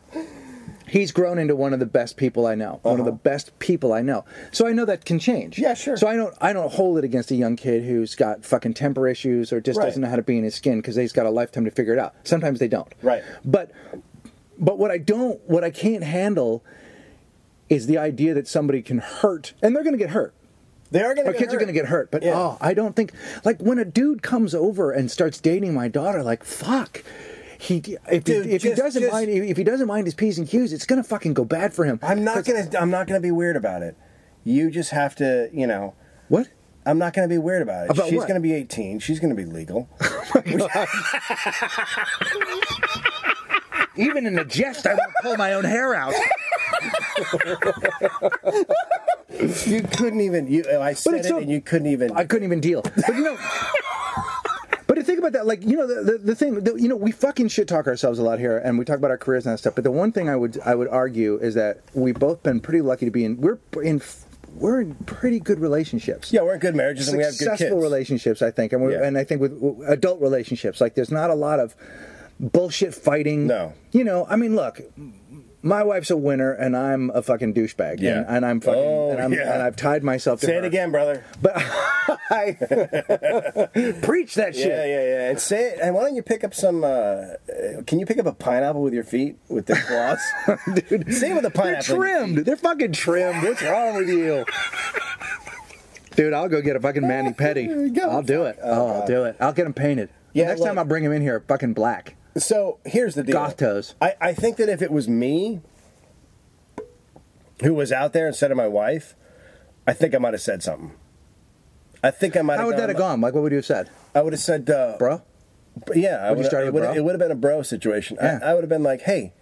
Speaker 1: He's grown into one of the best people I know. One of the best people I know. So I know that can change.
Speaker 3: Uh-huh. Yeah, sure.
Speaker 1: So I don't I don't hold it against a young kid who's got fucking temper issues or just
Speaker 3: Right.
Speaker 1: doesn't know how to be in his skin because he's got a lifetime to figure it out. Sometimes they don't.
Speaker 3: Right.
Speaker 1: But but what I don't, what I can't handle is the idea that somebody can hurt, and they're going to get hurt.
Speaker 3: they are going
Speaker 1: Our
Speaker 3: to.
Speaker 1: kids are going to get hurt, but
Speaker 3: Yeah.
Speaker 1: oh, I don't think like when a dude comes over and starts dating my daughter, like fuck. He if,
Speaker 3: Dude,
Speaker 1: he, if
Speaker 3: just-
Speaker 1: he doesn't
Speaker 3: just-
Speaker 1: mind if he doesn't mind his p's and q's, it's going to fucking go bad for him.
Speaker 3: I'm not going to. I'm not going to be weird about it. You just have to. You know.
Speaker 1: What?
Speaker 3: I'm not going to be weird about it.
Speaker 1: About
Speaker 3: She's
Speaker 1: what?
Speaker 3: going to be 18. She's going to be legal.
Speaker 1: Even in a jest, I won't pull my own hair out.
Speaker 3: you couldn't even. You. I said it,
Speaker 1: it's so-
Speaker 3: and you couldn't even.
Speaker 1: I couldn't even deal. But you know, but to think about that, like you know, the the, the thing, the, you know, we fucking shit talk ourselves a lot here, and we talk about our careers and that stuff. But the one thing I would I would argue is that we've both been pretty lucky to be in. We're in. We're in pretty good relationships
Speaker 3: yeah, we're in good marriages, and we have good kids.
Speaker 1: successful relationships, I think, and we
Speaker 3: Yeah.
Speaker 1: are and I think with w- adult relationships, like there's not a lot of bullshit fighting.
Speaker 3: No.
Speaker 1: you know, I mean, look, my wife's a winner, and I'm a fucking douchebag.
Speaker 3: Yeah.
Speaker 1: and, and I'm fucking,
Speaker 3: Oh,
Speaker 1: and, I'm,
Speaker 3: yeah.
Speaker 1: and I've tied myself. to
Speaker 3: Say it
Speaker 1: her.
Speaker 3: again, brother.
Speaker 1: But I preach that shit.
Speaker 3: Yeah, yeah, yeah. And say it. And why don't you pick up some? Uh, uh, can you pick up a pineapple with your feet with the claws?
Speaker 1: Dude,
Speaker 3: Same with the
Speaker 1: they're
Speaker 3: pineapple.
Speaker 1: trimmed. They're fucking trimmed. What's wrong with you? Dude, I'll go get a fucking mani pedi.
Speaker 3: Go.
Speaker 1: I'll do it. Oh, I'll do it. I'll get them painted.
Speaker 3: Yeah,
Speaker 1: Next
Speaker 3: look-
Speaker 1: time I'll bring them in here, fucking black.
Speaker 3: So here's the deal.
Speaker 1: Goth toes.
Speaker 3: I, I think that if it was me who was out there instead of my wife, I think I might have said something. I think I might.
Speaker 1: How would that have gone? Like, what would you have said,
Speaker 3: I would have said, uh,
Speaker 1: bro?
Speaker 3: Yeah,
Speaker 1: Would you
Speaker 3: I would've-
Speaker 1: start
Speaker 3: it
Speaker 1: with
Speaker 3: would
Speaker 1: bro?
Speaker 3: it would have been a bro situation.
Speaker 1: Yeah.
Speaker 3: I, I would have been like, hey,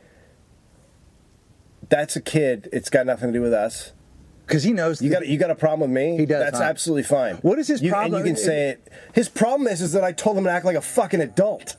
Speaker 3: that's a kid. It's got nothing to do with us.
Speaker 1: Because he knows.
Speaker 3: You got you got a problem with me?
Speaker 1: He does,
Speaker 3: That's
Speaker 1: huh?
Speaker 3: absolutely fine.
Speaker 1: What is his
Speaker 3: You-
Speaker 1: problem?
Speaker 3: And you can say it. His problem is is that I told him to act like a fucking adult.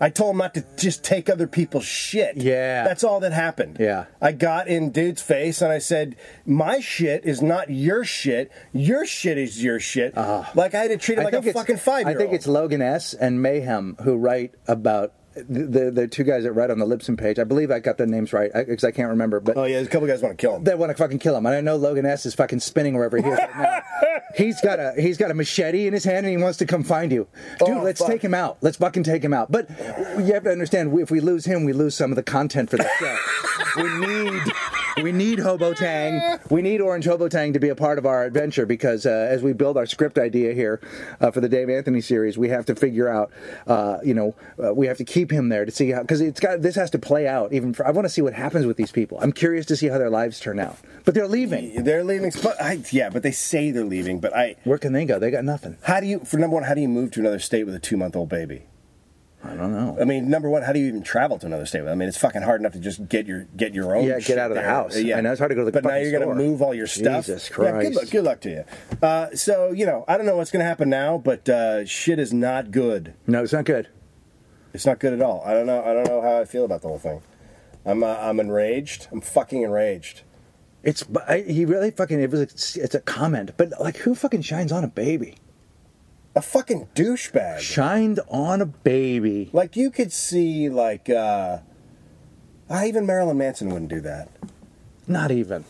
Speaker 3: I told him not to just take other people's shit.
Speaker 1: Yeah.
Speaker 3: That's all that happened.
Speaker 1: Yeah.
Speaker 3: I got in dude's face and I said, My shit is not your shit. Your shit is your shit. like I had to treat him like a
Speaker 1: it's-
Speaker 3: fucking five year old.
Speaker 1: I Uh-huh. think it's Logan S. and Mayhem who write about the, the the two guys that write on the Libsyn page. I believe I got their names right because I, can't remember, but.
Speaker 3: Oh, yeah, there's a couple guys want to kill him.
Speaker 1: They want to fucking kill him, and I know Logan S is fucking spinning wherever he is right now. he's got a he's got a machete in his hand, and he wants to come find you, dude.
Speaker 2: Oh,
Speaker 1: let's
Speaker 2: fuck.
Speaker 1: take him out. Let's fucking take him out. But you have to understand, if we lose him, we lose some of the content for the show. we need we need Hobo Tang. We need Orange Hobo Tang to be a part of our adventure because uh, as we build our script idea here uh, for the Dave Anthony series, we have to figure out, uh, you know, uh, we have to keep him there to see how because it's got this has to play out. Even for, I want to see what happens with these people. I'm curious to see how their lives turn out. But they're leaving.
Speaker 3: They're leaving. But I, yeah, but they say they're leaving. But I,
Speaker 1: Where can they go? They got nothing.
Speaker 3: how do you, for number one, how do you move to another state with a two month old baby?
Speaker 1: I don't know.
Speaker 3: I mean, number one, how do you even travel to another state? I mean, it's fucking hard enough to just get your get your own.
Speaker 1: Yeah, get
Speaker 3: shit
Speaker 1: out of the
Speaker 3: there.
Speaker 1: house. I know, it's hard to go to the
Speaker 3: But now
Speaker 1: fucking
Speaker 3: you're gonna
Speaker 1: store.
Speaker 3: move all your stuff.
Speaker 1: Jesus
Speaker 3: Yeah, good
Speaker 1: Christ.
Speaker 3: luck. Good luck to you. Uh, so you know, I don't know what's gonna happen now, but uh, shit is not good.
Speaker 1: No, it's not good.
Speaker 3: It's not good at all. I don't know. I don't know how I feel about the whole thing. I'm uh, I'm enraged. I'm fucking enraged.
Speaker 1: It's but I, he really fucking it was a, it's a comment, but like who fucking shines on a baby?
Speaker 3: A fucking douchebag.
Speaker 1: Shined on a baby.
Speaker 3: Like you could see, like, uh, I even Marilyn Manson wouldn't do that.
Speaker 1: Not even.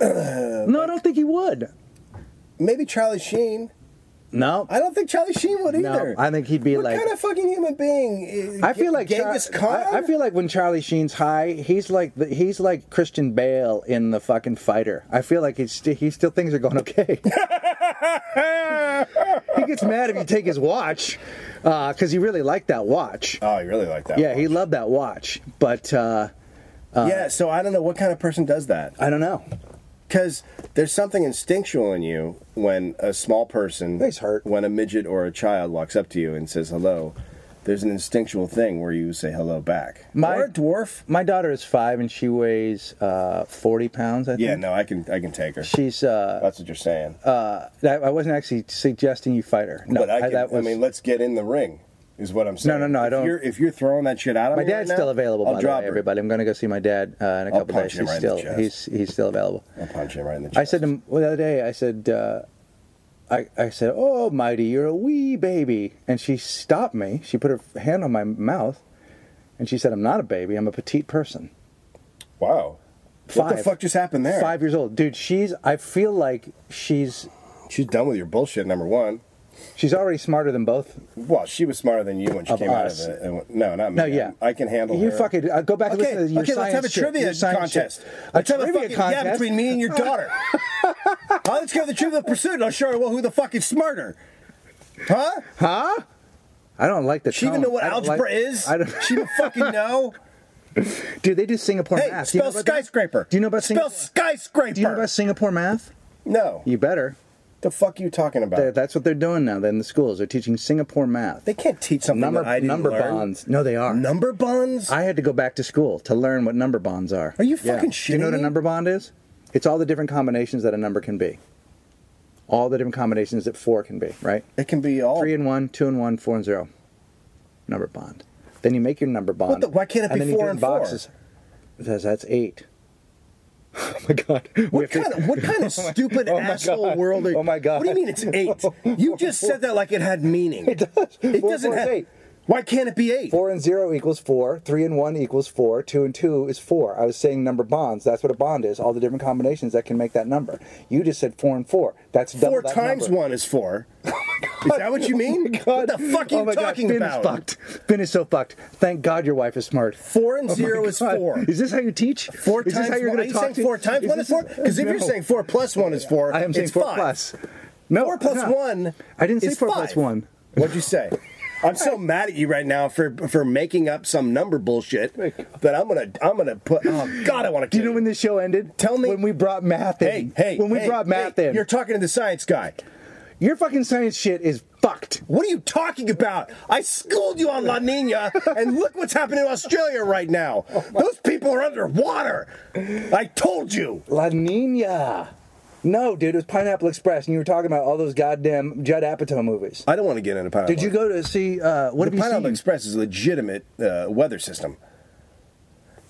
Speaker 3: Uh,
Speaker 1: no, I don't think he would.
Speaker 3: Maybe Charlie Sheen.
Speaker 1: No,
Speaker 3: I don't think Charlie Sheen would
Speaker 1: No,
Speaker 3: either.
Speaker 1: I think he'd be
Speaker 3: what
Speaker 1: like-
Speaker 3: kind of fucking human being? uh,
Speaker 1: I feel like
Speaker 3: Genghis
Speaker 1: Char-
Speaker 3: Khan.
Speaker 1: I, I feel like when Charlie Sheen's high, he's like the, he's like Christian Bale in the fucking fighter. I feel like he's st- he still things are going okay. he gets mad if you take his watch because he really liked that watch.
Speaker 3: Oh, you really like that?
Speaker 1: Yeah,
Speaker 3: one.
Speaker 1: he loved that watch, but uh,
Speaker 3: yeah. So I don't know what kind of person does that
Speaker 1: I don't know.
Speaker 3: because there's something instinctual in you when a small person,
Speaker 1: Face hurt.
Speaker 3: when a midget or a child walks up to you and says hello. There's an instinctual thing where you say hello back.
Speaker 1: My-
Speaker 3: or a dwarf.
Speaker 1: My daughter is five and she weighs uh, forty pounds. I think.
Speaker 3: Yeah, no, I can I can take her.
Speaker 1: She's. Uh,
Speaker 3: That's what you're saying.
Speaker 1: uh, I I wasn't actually suggesting you fight her. No,
Speaker 3: but I,
Speaker 1: I-
Speaker 3: can,
Speaker 1: that was.
Speaker 3: I mean, let's get in the ring. Is what I'm saying.
Speaker 1: no, no, I
Speaker 3: If
Speaker 1: don't-
Speaker 3: You're, if you're throwing that shit out of
Speaker 1: My
Speaker 3: me right
Speaker 1: dad's
Speaker 3: now,
Speaker 1: still available,
Speaker 3: I'll
Speaker 1: by the
Speaker 3: drop
Speaker 1: way,
Speaker 3: her.
Speaker 1: everybody. I'm going to go see my dad uh, in a
Speaker 3: I'll
Speaker 1: couple
Speaker 3: punch
Speaker 1: days.
Speaker 3: him
Speaker 1: He's
Speaker 3: right in the
Speaker 1: still
Speaker 3: chest.
Speaker 1: he's he's still available.
Speaker 3: I'll punch him right in the chest.
Speaker 1: I said to him well, the other day. I said, uh, I I said, "Oh, mighty, you're a wee baby," and she stopped me. She put her hand on my mouth, and she said, "I'm not a baby. I'm a petite person."
Speaker 3: "Wow, what the
Speaker 1: Five.
Speaker 3: fuck just happened there?
Speaker 1: Five years old, dude. She's. I feel like she's.
Speaker 3: She's done with your bullshit. Number one.
Speaker 1: She's already smarter than both.
Speaker 3: Well, she was smarter than you when she
Speaker 1: Of
Speaker 3: came
Speaker 1: us.
Speaker 3: out of it. And- No, not me.
Speaker 1: No, yeah,
Speaker 3: I can handle
Speaker 1: you.
Speaker 3: her.
Speaker 1: Fucking uh, go back and
Speaker 3: Okay,
Speaker 1: listen to your
Speaker 3: okay, let's
Speaker 1: science
Speaker 3: have a
Speaker 1: shit,
Speaker 3: trivia
Speaker 1: your science
Speaker 3: contest.
Speaker 1: shit. A
Speaker 3: Let's have a
Speaker 1: trivia
Speaker 3: fucking
Speaker 1: contest
Speaker 3: yeah between me and your daughter. Huh, let's go to the trivia pursuit. and I'll show her well who the fuck is smarter. Huh?
Speaker 1: Huh? I don't like the.
Speaker 3: She even
Speaker 1: tone.
Speaker 3: know what
Speaker 1: I don't
Speaker 3: algebra
Speaker 1: like-
Speaker 3: is.
Speaker 1: I don't,
Speaker 3: She even fucking know.
Speaker 1: dude, they do Singapore
Speaker 3: Hey,
Speaker 1: math. Do you
Speaker 3: spell
Speaker 1: know about that?
Speaker 3: skyscraper.
Speaker 1: Do you know about
Speaker 3: spell
Speaker 1: Singapore?
Speaker 3: skyscraper?
Speaker 1: Do you know about Singapore math?
Speaker 3: no.
Speaker 1: You better.
Speaker 3: The fuck are you talking about?
Speaker 1: That- That's what they're doing now. Then the schools they're teaching Singapore math.
Speaker 3: they can't teach something
Speaker 1: number
Speaker 3: that I didn't
Speaker 1: number
Speaker 3: learn.
Speaker 1: bonds. No, they are.
Speaker 3: Number bonds.
Speaker 1: I had to go back to school to learn what number bonds are.
Speaker 3: Are you fucking
Speaker 1: Do you know
Speaker 3: shitting
Speaker 1: what a
Speaker 3: me?
Speaker 1: number bond is? It's all the different combinations that a number can be. All the different combinations that four can be. Right.
Speaker 3: it can be all.
Speaker 1: Three and one, two and one, four and zero. Number bond. Then you make your number bond.
Speaker 3: the- why can't it be
Speaker 1: and then you
Speaker 3: four
Speaker 1: do it in
Speaker 3: and four?
Speaker 1: boxes. Because that's eight. Oh my god. We have
Speaker 3: What
Speaker 1: to-
Speaker 3: kind, of, what kind of stupid
Speaker 1: oh my
Speaker 3: asshole
Speaker 1: God.
Speaker 3: world are
Speaker 1: Oh my God.
Speaker 3: What do you mean it's eight? You just said that like it had meaning. It does. It
Speaker 1: Four,
Speaker 3: doesn't
Speaker 1: four is
Speaker 3: have.
Speaker 1: eight.
Speaker 3: Why can't it be eight?
Speaker 1: Four and zero equals four. Three and one equals four. Two and two is four. I was saying number bonds. That's what a bond is. All the different combinations that can make that number. You just said four and four. That's double
Speaker 3: Four
Speaker 1: that
Speaker 3: times
Speaker 1: number.
Speaker 3: one is four. Is that what you mean? what the fuck are
Speaker 1: Oh
Speaker 3: you
Speaker 1: my God,
Speaker 3: talking
Speaker 1: Finn
Speaker 3: about?
Speaker 1: Is fucked. Finn is so fucked. Thank God your wife is smart.
Speaker 3: Four and
Speaker 1: Oh my
Speaker 3: zero is
Speaker 1: God.
Speaker 3: four.
Speaker 1: Is this how you teach?
Speaker 3: Four
Speaker 1: is
Speaker 3: times.
Speaker 1: This how you're
Speaker 3: one-
Speaker 1: going to
Speaker 3: are you
Speaker 1: talk
Speaker 3: saying
Speaker 1: to-
Speaker 3: four times one is four? Because if
Speaker 1: No.
Speaker 3: you're saying four plus one is four,
Speaker 1: I am saying
Speaker 3: it's
Speaker 1: four
Speaker 3: five.
Speaker 1: plus. No,
Speaker 3: Four plus
Speaker 1: no.
Speaker 3: one.
Speaker 1: I didn't say
Speaker 3: is
Speaker 1: four
Speaker 3: five.
Speaker 1: plus one.
Speaker 3: What'd you say? I'm so mad at you right now for for making up some number bullshit that I'm gonna I'm gonna put. Oh God, I want to.
Speaker 1: Do you know when this show ended?
Speaker 3: Tell me-
Speaker 1: when we brought math
Speaker 3: Hey,
Speaker 1: in.
Speaker 3: hey,
Speaker 1: when we
Speaker 3: hey,
Speaker 1: brought math
Speaker 3: hey,
Speaker 1: in.
Speaker 3: You're talking to the science guy.
Speaker 1: your fucking science shit is fucked.
Speaker 3: What are you talking about? I schooled you on La Nina, and look what's happening in Australia right now. Those people are underwater. I told you.
Speaker 1: La Nina. No, dude, it was Pineapple Express, and you were talking about all those goddamn Judd Apatow movies.
Speaker 3: I don't want to get into Pineapple.
Speaker 1: Did you go to see uh, what
Speaker 3: The
Speaker 1: have you
Speaker 3: Pineapple
Speaker 1: seen?
Speaker 3: Express is a legitimate uh, weather system.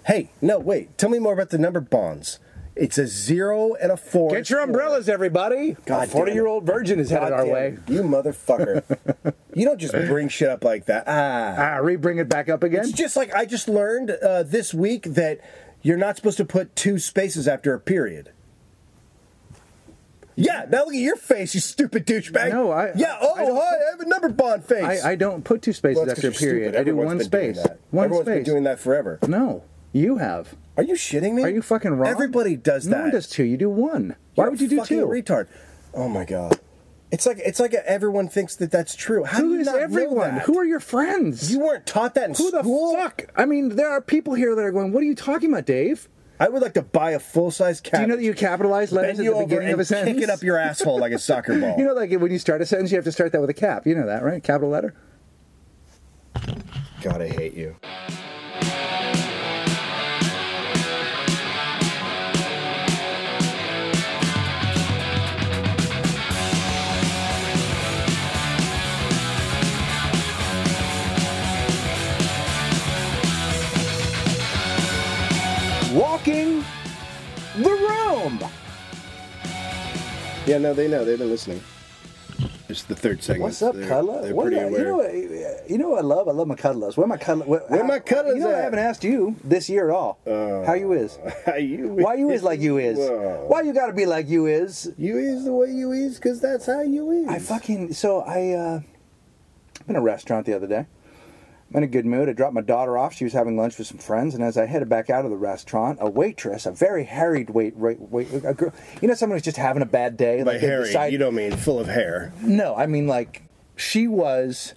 Speaker 3: Hey, no, wait. Tell me more about the number bonds. It's a zero and a four.
Speaker 1: Get your umbrellas, everybody!
Speaker 3: God
Speaker 1: a forty-year-old virgin is headed
Speaker 3: God
Speaker 1: our
Speaker 3: damn
Speaker 1: way.
Speaker 3: it, You motherfucker. you don't just bring shit up like that. Ah.
Speaker 1: Ah, re-bring it back up again.
Speaker 3: It's just like I just learned uh, this week that you're not supposed to put two spaces after a period. Yeah, now look at your face, you stupid douchebag.
Speaker 1: No, I-
Speaker 3: Yeah,
Speaker 1: I-
Speaker 3: oh,
Speaker 1: I don't
Speaker 3: hi, I have a number bond face.
Speaker 1: I, I don't put two spaces
Speaker 3: Well, that's
Speaker 1: after a
Speaker 3: 'cause you're
Speaker 1: period.
Speaker 3: stupid.
Speaker 1: I do
Speaker 3: Everyone's
Speaker 1: one
Speaker 3: been doing
Speaker 1: space.
Speaker 3: that.
Speaker 1: One
Speaker 3: Everyone's
Speaker 1: space.
Speaker 3: been doing that forever.
Speaker 1: No, you have.
Speaker 3: Are you shitting me?
Speaker 1: Are you fucking wrong?
Speaker 3: Everybody does that.
Speaker 1: No one does two. You do one. Why
Speaker 3: You're a
Speaker 1: would you do
Speaker 3: fucking
Speaker 1: two?
Speaker 3: Retard. Oh my god. It's like it's like everyone thinks that that's true. How do
Speaker 1: Who
Speaker 3: you
Speaker 1: is
Speaker 3: not know
Speaker 1: everyone?
Speaker 3: that?
Speaker 1: Who are your friends?
Speaker 3: you weren't taught that in
Speaker 1: Who the
Speaker 3: school?
Speaker 1: fuck? I mean, there are people here that are going. What are you talking about, Dave?
Speaker 3: I would like to buy a full size cat.
Speaker 1: Do you know that you capitalize letters
Speaker 3: bend
Speaker 1: at
Speaker 3: you
Speaker 1: the
Speaker 3: over
Speaker 1: beginning
Speaker 3: and
Speaker 1: of a sentence?
Speaker 3: kick it up your asshole like a soccer ball?
Speaker 1: You know, like when you start a sentence, you have to start that with a cap. You know that, right? Capital letter.
Speaker 3: God, I hate you.
Speaker 1: Walking the room.
Speaker 3: Yeah, no, they know. They've been listening. It's the third segment.
Speaker 1: What's up,
Speaker 3: They're-
Speaker 1: cuddler?
Speaker 3: they're
Speaker 1: What
Speaker 3: pretty
Speaker 1: do I- you
Speaker 3: aware.
Speaker 1: know, what, you know, what I love. I love my cuddlers. Where my cuddler? Where,
Speaker 3: Where my cuddlers
Speaker 1: You know, what I
Speaker 3: at? Uh,
Speaker 1: haven't asked you this year at all. How you is?
Speaker 3: How you
Speaker 1: Why you is like you is?
Speaker 3: Whoa.
Speaker 1: Why you gotta be like you is?
Speaker 3: You is the way you is because that's how you is.
Speaker 1: I fucking so I uh I'm in a restaurant the other day. I'm in a good mood. I dropped my daughter off. She was having lunch with some friends, and as I headed back out of the restaurant, a waitress, a very harried wait, wait, wait a girl. You know, someone who's just having a bad day.
Speaker 3: By
Speaker 1: they
Speaker 3: hairy,
Speaker 1: decide-
Speaker 3: you don't mean full of hair.
Speaker 1: No, I mean like she was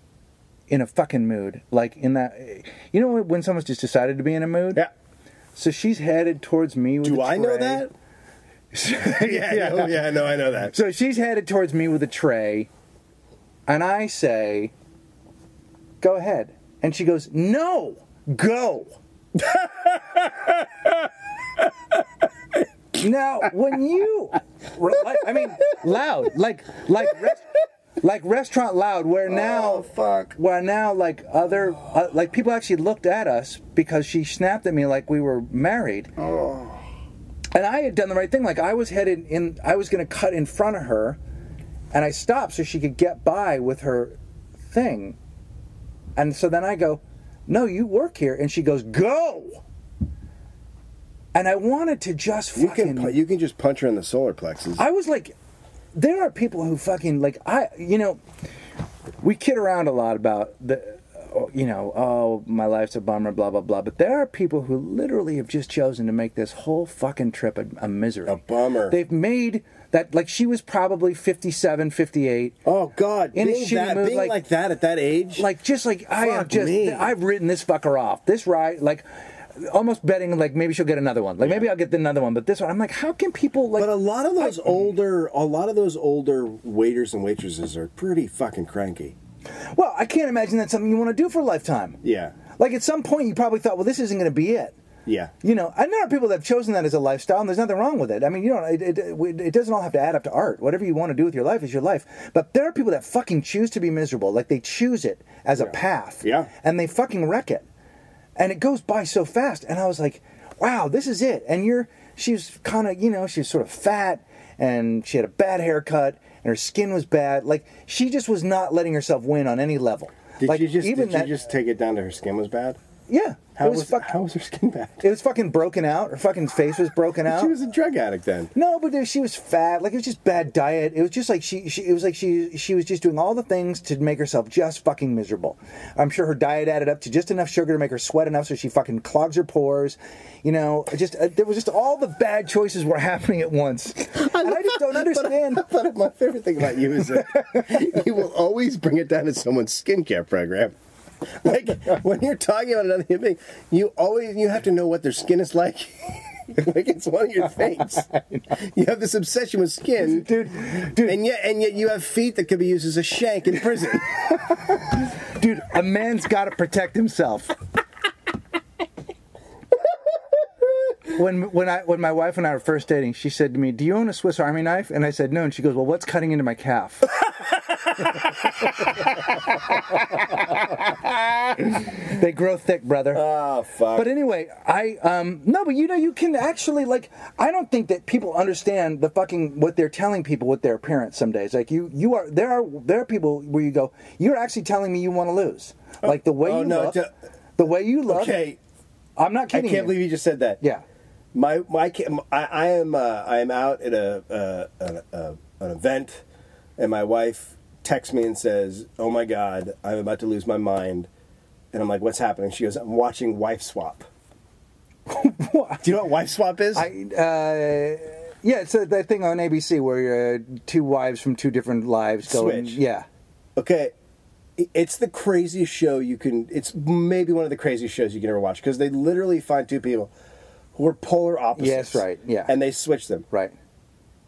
Speaker 1: in a fucking mood. Like in that, you know, when someone's just decided to be in a mood.
Speaker 3: Yeah.
Speaker 1: So she's headed towards me. With
Speaker 3: Do
Speaker 1: a
Speaker 3: I
Speaker 1: tray.
Speaker 3: know that? yeah, yeah, no, yeah, no, I know that.
Speaker 1: So she's headed towards me with a tray, and I say, "Go ahead," and she goes, "No, go." now, when you, I mean, loud, like like rest, like restaurant loud, where
Speaker 3: Oh,
Speaker 1: now
Speaker 3: fuck.
Speaker 1: where now like other uh, like people actually looked at us because she snapped at me like we were married
Speaker 3: Oh.
Speaker 1: and i had done the right thing like i was headed in i was going to cut in front of her and i stopped so she could get by with her thing and so then i go no you work here and she goes go and i wanted to just
Speaker 3: You
Speaker 1: fucking
Speaker 3: can pu- you can just punch her in the solar plexus.
Speaker 1: I was like, there are people who fucking like I, you know, we kid around a lot about the, uh, you know, oh my life's a bummer, blah blah blah. But there are people who literally have just chosen to make this whole fucking trip a, a misery,
Speaker 3: A bummer.
Speaker 1: They've made that like she was probably 57, 58.
Speaker 3: oh God,
Speaker 1: In a
Speaker 3: being
Speaker 1: shitty
Speaker 3: that
Speaker 1: mood,
Speaker 3: being
Speaker 1: like-
Speaker 3: like, that at that age,
Speaker 1: Like just like I have
Speaker 3: Fuck
Speaker 1: just
Speaker 3: me.
Speaker 1: I've written this fucker off. This ride like almost betting like maybe she'll get another one. Like maybe I'll get another one, but this one I'm like how can people like
Speaker 3: But a lot of those older, a lot of those older waiters and waitresses are pretty fucking cranky. uh,
Speaker 1: well, I can't imagine that's something you want to do for a lifetime.
Speaker 3: Yeah,
Speaker 1: Like at some point, you probably thought, well, this isn't going to be it.
Speaker 3: yeah.
Speaker 1: You know, and there are people that have chosen that as a lifestyle, and there's nothing wrong with it. I mean, you know, it, it, it it doesn't all have to add up to art. Whatever you want to do with your life is your life. But there are people that fucking choose to be miserable. Like they choose it as a path.
Speaker 3: Yeah.
Speaker 1: And they fucking wreck it. And it goes by so fast. And I was like, wow, this is it. And you're, she's kind of, you know, she's sort of fat and she had a bad haircut and her skin was bad. Like she just was not letting herself win on any level.
Speaker 3: Did
Speaker 1: like
Speaker 3: you just did you just take it down to her skin was bad?
Speaker 1: yeah.
Speaker 3: How
Speaker 1: it
Speaker 3: was,
Speaker 1: was, fuck-
Speaker 3: how was her skin bad?
Speaker 1: it was fucking broken out. Her fucking face was broken out.
Speaker 3: She was a drug addict then.
Speaker 1: no, but there, she was fat. Like it was just bad diet. It was just like she, she. It was like she. She was just doing all the things to make herself just fucking miserable. I'm sure her diet added up to just enough sugar to make her sweat enough, so she fucking clogs her pores. You know, it just uh, there was just all the bad choices were happening at once, and I just don't understand.
Speaker 3: But my favorite thing about you is that you will always bring it down to someone's skincare program. Like when you're talking about another human being, you always you have to know what their skin is like. like it's one of your things. You have this obsession with skin,
Speaker 1: Dude, dude.
Speaker 3: and yet and yet you have feet that could be used as a shank in prison.
Speaker 1: Dude, a man's got to protect himself. when when I when my wife and I were first dating, she said to me, "Do you own a Swiss Army knife?" And I said, "No." And she goes, "Well, what's cutting into my calf?" they grow thick, brother.
Speaker 3: Oh fuck.
Speaker 1: But anyway, I um no, but you know you can actually like I don't think that people understand the fucking what they're telling people with their appearance some days. Like you you are there are there are people where you go, you're actually telling me you want to lose. Like the way
Speaker 3: oh,
Speaker 1: you
Speaker 3: no,
Speaker 1: look,
Speaker 3: d-
Speaker 1: the way you look.
Speaker 3: okay,
Speaker 1: I'm not
Speaker 3: I
Speaker 1: kidding.
Speaker 3: can't
Speaker 1: you.
Speaker 3: believe you just said that.
Speaker 1: Yeah.
Speaker 3: My my ca- I, I am uh, I am out at a, uh, an, uh, an event, and my wife texts me and says, "Oh my god, I'm about to lose my mind," and I'm like, "What's happening?" She goes, "I'm watching Wife Swap." Do you know what Wife Swap is?
Speaker 1: I uh, yeah, it's a, that thing on ABC where uh, two wives from two different lives go. and-
Speaker 3: Switch.
Speaker 1: yeah.
Speaker 3: Okay. It's the craziest show you can. It's maybe one of the craziest shows you can ever watch because they literally find two people who are polar opposites.
Speaker 1: Yes, right, yeah.
Speaker 3: And they switch them.
Speaker 1: Right.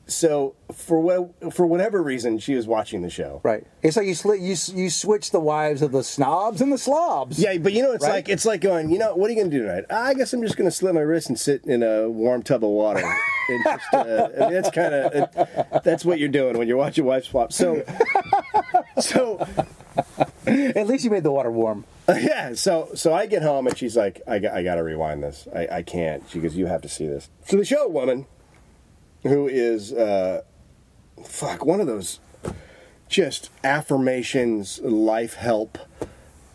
Speaker 3: So for what for whatever reason, she was watching the show.
Speaker 1: Right. It's like you sli- you s- you switch the wives of the snobs and the slobs.
Speaker 3: Yeah, but you know, it's
Speaker 1: Right?
Speaker 3: like it's like going. You know, what are you going to do tonight? I guess I'm just going to slit my wrist and sit in a warm tub of water. and just, uh, I mean, that's kind of that's what you're doing when you're watching Wife Swap. So, so
Speaker 1: At least you made the water warm.
Speaker 3: yeah so so i get home and she's like i, got, I gotta rewind this I, I can't she goes you have to see this so the show a woman who is uh fuck one of those just affirmations life help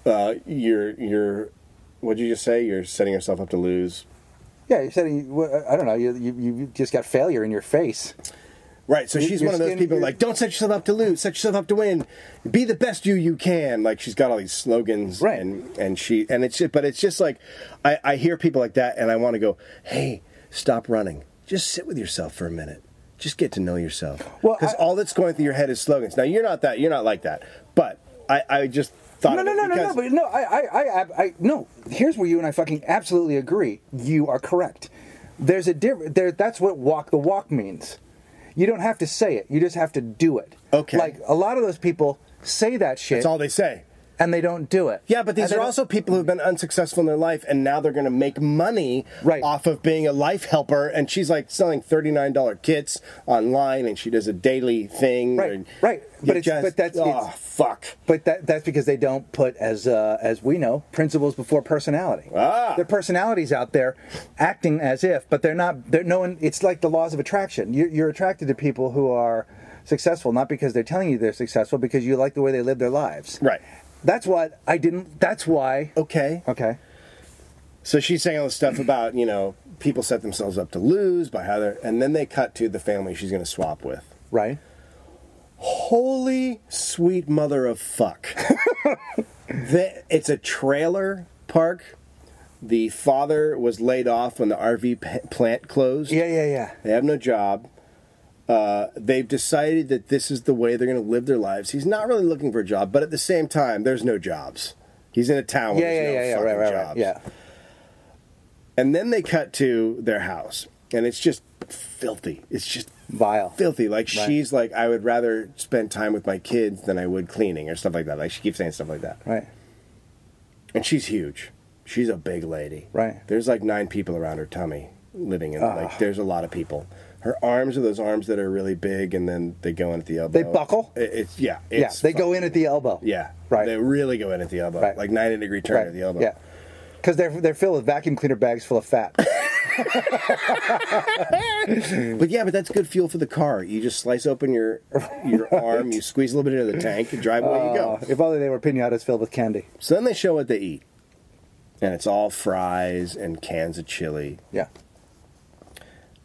Speaker 3: uh you're you're what'd you just say you're setting yourself up to lose
Speaker 1: Yeah, you said you, I don't know. You, you you just got failure in your face.
Speaker 3: Right, so
Speaker 1: Your-
Speaker 3: she's
Speaker 1: your
Speaker 3: one of those
Speaker 1: skin-
Speaker 3: people
Speaker 1: your-
Speaker 3: like, don't set yourself up to lose, set yourself up to win, be the best you you can. Like she's got all these slogans,
Speaker 1: Right.
Speaker 3: And and she and it's but it's just like, I I hear people like that, and I want to go, hey, stop running, just sit with yourself for a minute, just get to know yourself,
Speaker 1: Well,
Speaker 3: because
Speaker 1: I-
Speaker 3: all that's going through your head is slogans. Now you're not that, you're not like that, but I I just thought
Speaker 1: No,
Speaker 3: of
Speaker 1: no,
Speaker 3: it
Speaker 1: no, no, no,
Speaker 3: because-
Speaker 1: but no, I, I, I, I, I, no. Here's where you and I fucking absolutely agree. You are correct. There's a different. There, that's what walk the walk means. You don't have to say it. You just have to do it.
Speaker 3: Okay.
Speaker 1: Like a lot of those people say that shit
Speaker 3: that's all they say.
Speaker 1: and they don't do it.
Speaker 3: Yeah, but these
Speaker 1: And they
Speaker 3: are
Speaker 1: don't-
Speaker 3: also people who've been unsuccessful in their life, and now they're going to make money
Speaker 1: Right.
Speaker 3: off of being a life helper. And she's like selling thirty nine dollar kits online, and she does a daily thing.
Speaker 1: Right,
Speaker 3: and
Speaker 1: right.
Speaker 3: you
Speaker 1: But it's- but that's-
Speaker 3: oh
Speaker 1: it's-
Speaker 3: fuck.
Speaker 1: But that, that's because they don't put, as uh, as we know, principles before personality.
Speaker 3: Ah.
Speaker 1: Their personalities out there, acting as if, but they're not. They're no one. It's like the laws of attraction. You're, you're attracted to people who are successful, not because they're telling you they're successful, because you like the way they live their lives.
Speaker 3: Right.
Speaker 1: That's what I didn't. That's why.
Speaker 3: Okay.
Speaker 1: Okay.
Speaker 3: So she's saying all this stuff about you know people set themselves up to lose by how they're, and then they cut to the family she's going to swap with.
Speaker 1: Right.
Speaker 3: Holy sweet mother of fuck. The- it's a trailer park. The father was laid off when the RV p- plant closed.
Speaker 1: Yeah. Yeah. Yeah.
Speaker 3: They have no job. Uh, they've decided that this is the way they're going to live their lives. He's not really looking for a job, but at the same time, there's no jobs. He's in a town where
Speaker 1: Yeah.
Speaker 3: there's
Speaker 1: Yeah.
Speaker 3: no
Speaker 1: Yeah. Yeah.
Speaker 3: fucking
Speaker 1: Right. Right.
Speaker 3: jobs.
Speaker 1: Right. Yeah.
Speaker 3: And then they cut to their house, and it's just filthy. It's just
Speaker 1: Vile.
Speaker 3: filthy. Like
Speaker 1: Right.
Speaker 3: she's like, I would rather spend time with my kids than I would cleaning or stuff like that. Like she keeps saying stuff like that.
Speaker 1: Right.
Speaker 3: And she's huge. She's a big lady.
Speaker 1: Right.
Speaker 3: There's like nine people around her tummy living in like there's a lot of people. Her arms are those arms that are really big and then they go in at the elbow.
Speaker 1: They buckle?
Speaker 3: It- it's yeah.
Speaker 1: Yeah.
Speaker 3: It's
Speaker 1: They go in at the elbow.
Speaker 3: Yeah.
Speaker 1: Right.
Speaker 3: They really go in at the elbow.
Speaker 1: Right.
Speaker 3: Like 90 degree turn
Speaker 1: Right.
Speaker 3: at the elbow.
Speaker 1: Yeah. Because they're they're filled with vacuum cleaner bags full of fat.
Speaker 3: Mm. But yeah, but that's good fuel for the car. You just slice open your your arm, you squeeze a little bit into the tank, and drive away you go.
Speaker 1: Oh, if only they were pinatas filled with candy.
Speaker 3: So then they show what they eat. And it's all fries and cans of chili.
Speaker 1: Yeah.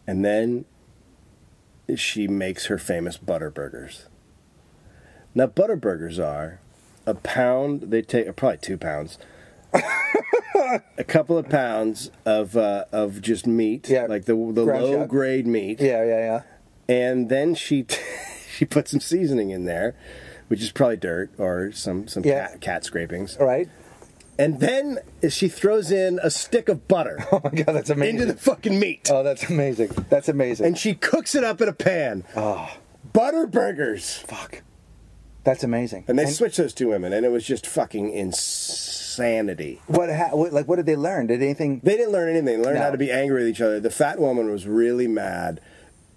Speaker 3: And then she makes her famous butter burgers. Now, butter burgers are a pound, they take, or probably two pounds, a couple of pounds of, uh, of just meat,
Speaker 1: Yeah,
Speaker 3: like the, the
Speaker 1: ground
Speaker 3: low
Speaker 1: chuck.
Speaker 3: grade meat.
Speaker 1: Yeah, yeah, yeah.
Speaker 3: And then she, t- she put some seasoning in there, which is probably dirt or some, some
Speaker 1: Yeah.
Speaker 3: cat, cat scrapings.
Speaker 1: All right.
Speaker 3: And then she throws in a stick of butter
Speaker 1: Oh my god, that's amazing.
Speaker 3: into the fucking meat.
Speaker 1: oh, that's amazing. That's amazing.
Speaker 3: And she cooks it up in a pan.
Speaker 1: oh,
Speaker 3: Butter burgers.
Speaker 1: fuck. That's amazing.
Speaker 3: And they switched those two women, and it was just fucking insanity.
Speaker 1: What, ha- what like what did they learn? Did anything?
Speaker 3: They didn't learn anything. They learned
Speaker 1: No.
Speaker 3: how to be angry with each other. The fat woman was really mad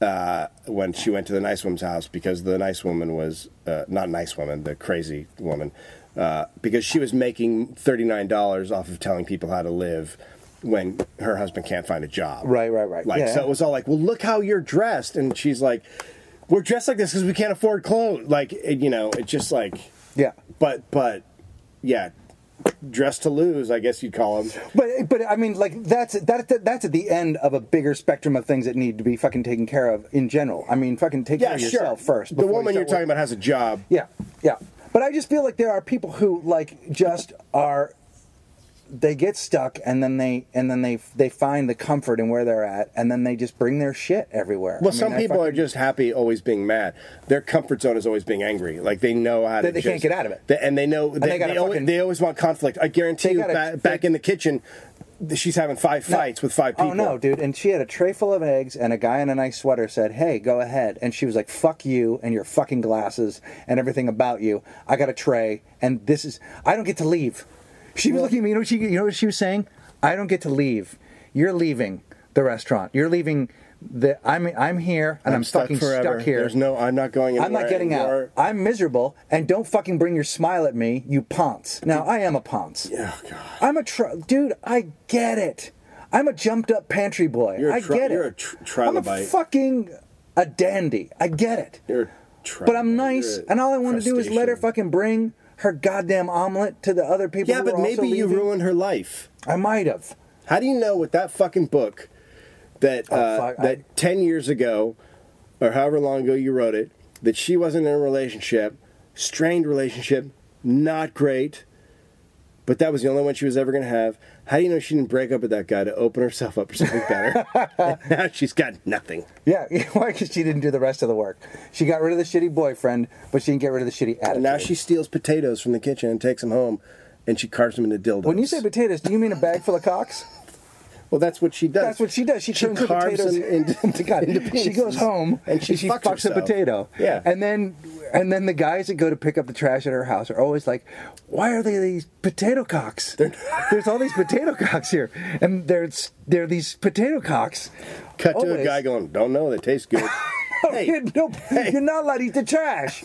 Speaker 3: uh, when she went to the nice woman's house because the nice woman was uh, not nice woman, the crazy woman, uh, because she was making thirty nine dollars off of telling people how to live when her husband can't find a job.
Speaker 1: Right, right, right.
Speaker 3: Like
Speaker 1: Yeah.
Speaker 3: so, it was all like, "Well, look how you're dressed," and she's like, "We're dressed like this because we can't afford clothes." Like it, you know, it's just like,
Speaker 1: Yeah.
Speaker 3: but but yeah, dress to lose, I guess you'd call them.
Speaker 1: But but I mean like that's that, that that's at the end of a bigger spectrum of things that need to be fucking taken care of in general. I mean fucking take care of yourself first.
Speaker 3: The
Speaker 1: before you
Speaker 3: woman
Speaker 1: start
Speaker 3: you're talking about has a job.
Speaker 1: Yeah, yeah. But I just feel like there are people who like just are they get stuck and then they and then they they find the comfort in where they're at and then they just bring their shit everywhere.
Speaker 3: Well, some people are just happy always being mad. Their comfort zone is always being angry. Like they know how to.
Speaker 1: They- they can't
Speaker 3: just-
Speaker 1: get out of it.
Speaker 3: They- and they know they,
Speaker 1: they gotta
Speaker 3: they always,
Speaker 1: fucking-
Speaker 3: they always want conflict. I guarantee
Speaker 1: They
Speaker 3: you,
Speaker 1: gotta-
Speaker 3: ba-
Speaker 1: they-
Speaker 3: back in the kitchen, th- she's having five fights with five people.
Speaker 1: Oh no, dude! And she had a tray full of eggs, and a guy in a nice sweater said, "Hey, go ahead." And she was like, "Fuck you and your fucking glasses and everything about you. I got a tray, and this is I don't get to leave." She was looking at me. You know what she? You know what she was saying? I don't get to leave. You're leaving the restaurant. You're leaving. The I'm I'm here and I'm, fucking stuck here.
Speaker 3: There's no. I'm not going. Anywhere.
Speaker 1: I'm not getting
Speaker 3: and
Speaker 1: out.
Speaker 3: you're-
Speaker 1: I'm miserable, and don't fucking bring your smile at me, you ponce. Now I am a ponce.
Speaker 3: Oh god.
Speaker 1: I'm a tr- dude. I get it. I'm a jumped up pantry boy.
Speaker 3: You're a
Speaker 1: I
Speaker 3: tri-
Speaker 1: get it.
Speaker 3: you're a tr-
Speaker 1: I'm a
Speaker 3: trilobite.
Speaker 1: fucking a dandy. I get it.
Speaker 3: You're a
Speaker 1: but I'm
Speaker 3: trilobite.
Speaker 1: nice,
Speaker 3: You're a
Speaker 1: and all I want to do is let her
Speaker 3: crustacean.
Speaker 1: fucking bring her goddamn omelet to the other people.
Speaker 3: Yeah,
Speaker 1: who
Speaker 3: but
Speaker 1: are also
Speaker 3: maybe you
Speaker 1: leaving.
Speaker 3: ruined her life.
Speaker 1: I might have.
Speaker 3: How do you know with that fucking book that uh,
Speaker 1: Oh, fuck, I-
Speaker 3: that ten years ago or however long ago you wrote it that she wasn't in a relationship, strained relationship, not great, but that was the only one she was ever going to have. How do you know she didn't break up with that guy to open herself up for something better? And now she's got nothing.
Speaker 1: Yeah, why? Because she didn't do the rest of the work. She got rid of the shitty boyfriend, but she didn't get rid of the shitty attitude.
Speaker 3: And now she steals potatoes from the kitchen and takes them home, and she carves them into dildos.
Speaker 1: When you say potatoes, do you mean a bag full of cocks?
Speaker 3: well, that's what she does.
Speaker 1: That's what she does. She, turns the
Speaker 3: carves
Speaker 1: potatoes
Speaker 3: them into,
Speaker 1: God,
Speaker 3: into
Speaker 1: She
Speaker 3: penises.
Speaker 1: goes home
Speaker 3: and she, fucks,
Speaker 1: a
Speaker 3: herself.
Speaker 1: potato.
Speaker 3: Yeah,
Speaker 1: And then and then the guys that go to pick up the trash at her house are always like, "Why are there these potato cocks? There's all these potato cocks here, and there's there are these potato cocks."
Speaker 3: Cut to
Speaker 1: Always. Oh,
Speaker 3: a guy going, "Don't know. They taste good." hey,
Speaker 1: no, you're not allowed to eat the trash.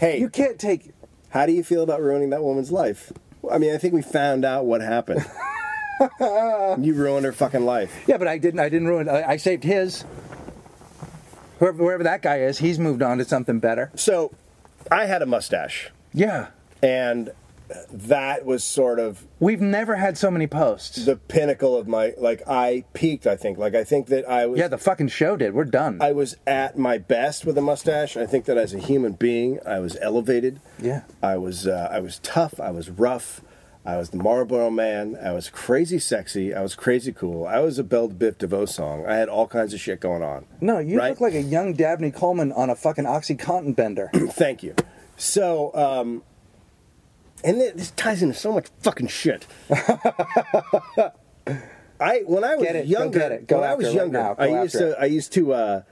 Speaker 3: hey,
Speaker 1: You can't take.
Speaker 3: how do you feel about ruining that woman's life? I mean, I think we found out what happened. you ruined her fucking life.
Speaker 1: Yeah, but I didn't. I didn't ruin. I, I saved his. Whoever, wherever that guy is, he's moved on to something better.
Speaker 3: So, I had a mustache,
Speaker 1: Yeah,
Speaker 3: and that was sort of
Speaker 1: we've never had so many posts.
Speaker 3: the pinnacle of my like. I peaked. I think. Like I think that I was.
Speaker 1: Yeah, the fucking show did. We're done.
Speaker 3: I was at my best with a mustache. I think that as a human being, I was elevated.
Speaker 1: Yeah.
Speaker 3: I was uh, I was tough. I was rough. I was the Marlboro Man. I was crazy sexy. I was crazy cool. I was a Belle Biv DeVoe song. I had all kinds of shit going on.
Speaker 1: No, you
Speaker 3: Right?
Speaker 1: look like a young Dabney Coleman on a fucking OxyContin bender.
Speaker 3: Thank you. So, um, and thi- this ties into so much fucking shit. I when I was
Speaker 1: Get it. Go
Speaker 3: younger,
Speaker 1: get it. Go
Speaker 3: when I
Speaker 1: after it
Speaker 3: was
Speaker 1: right
Speaker 3: younger,
Speaker 1: now. Go
Speaker 3: I used
Speaker 1: after
Speaker 3: to I used to uh,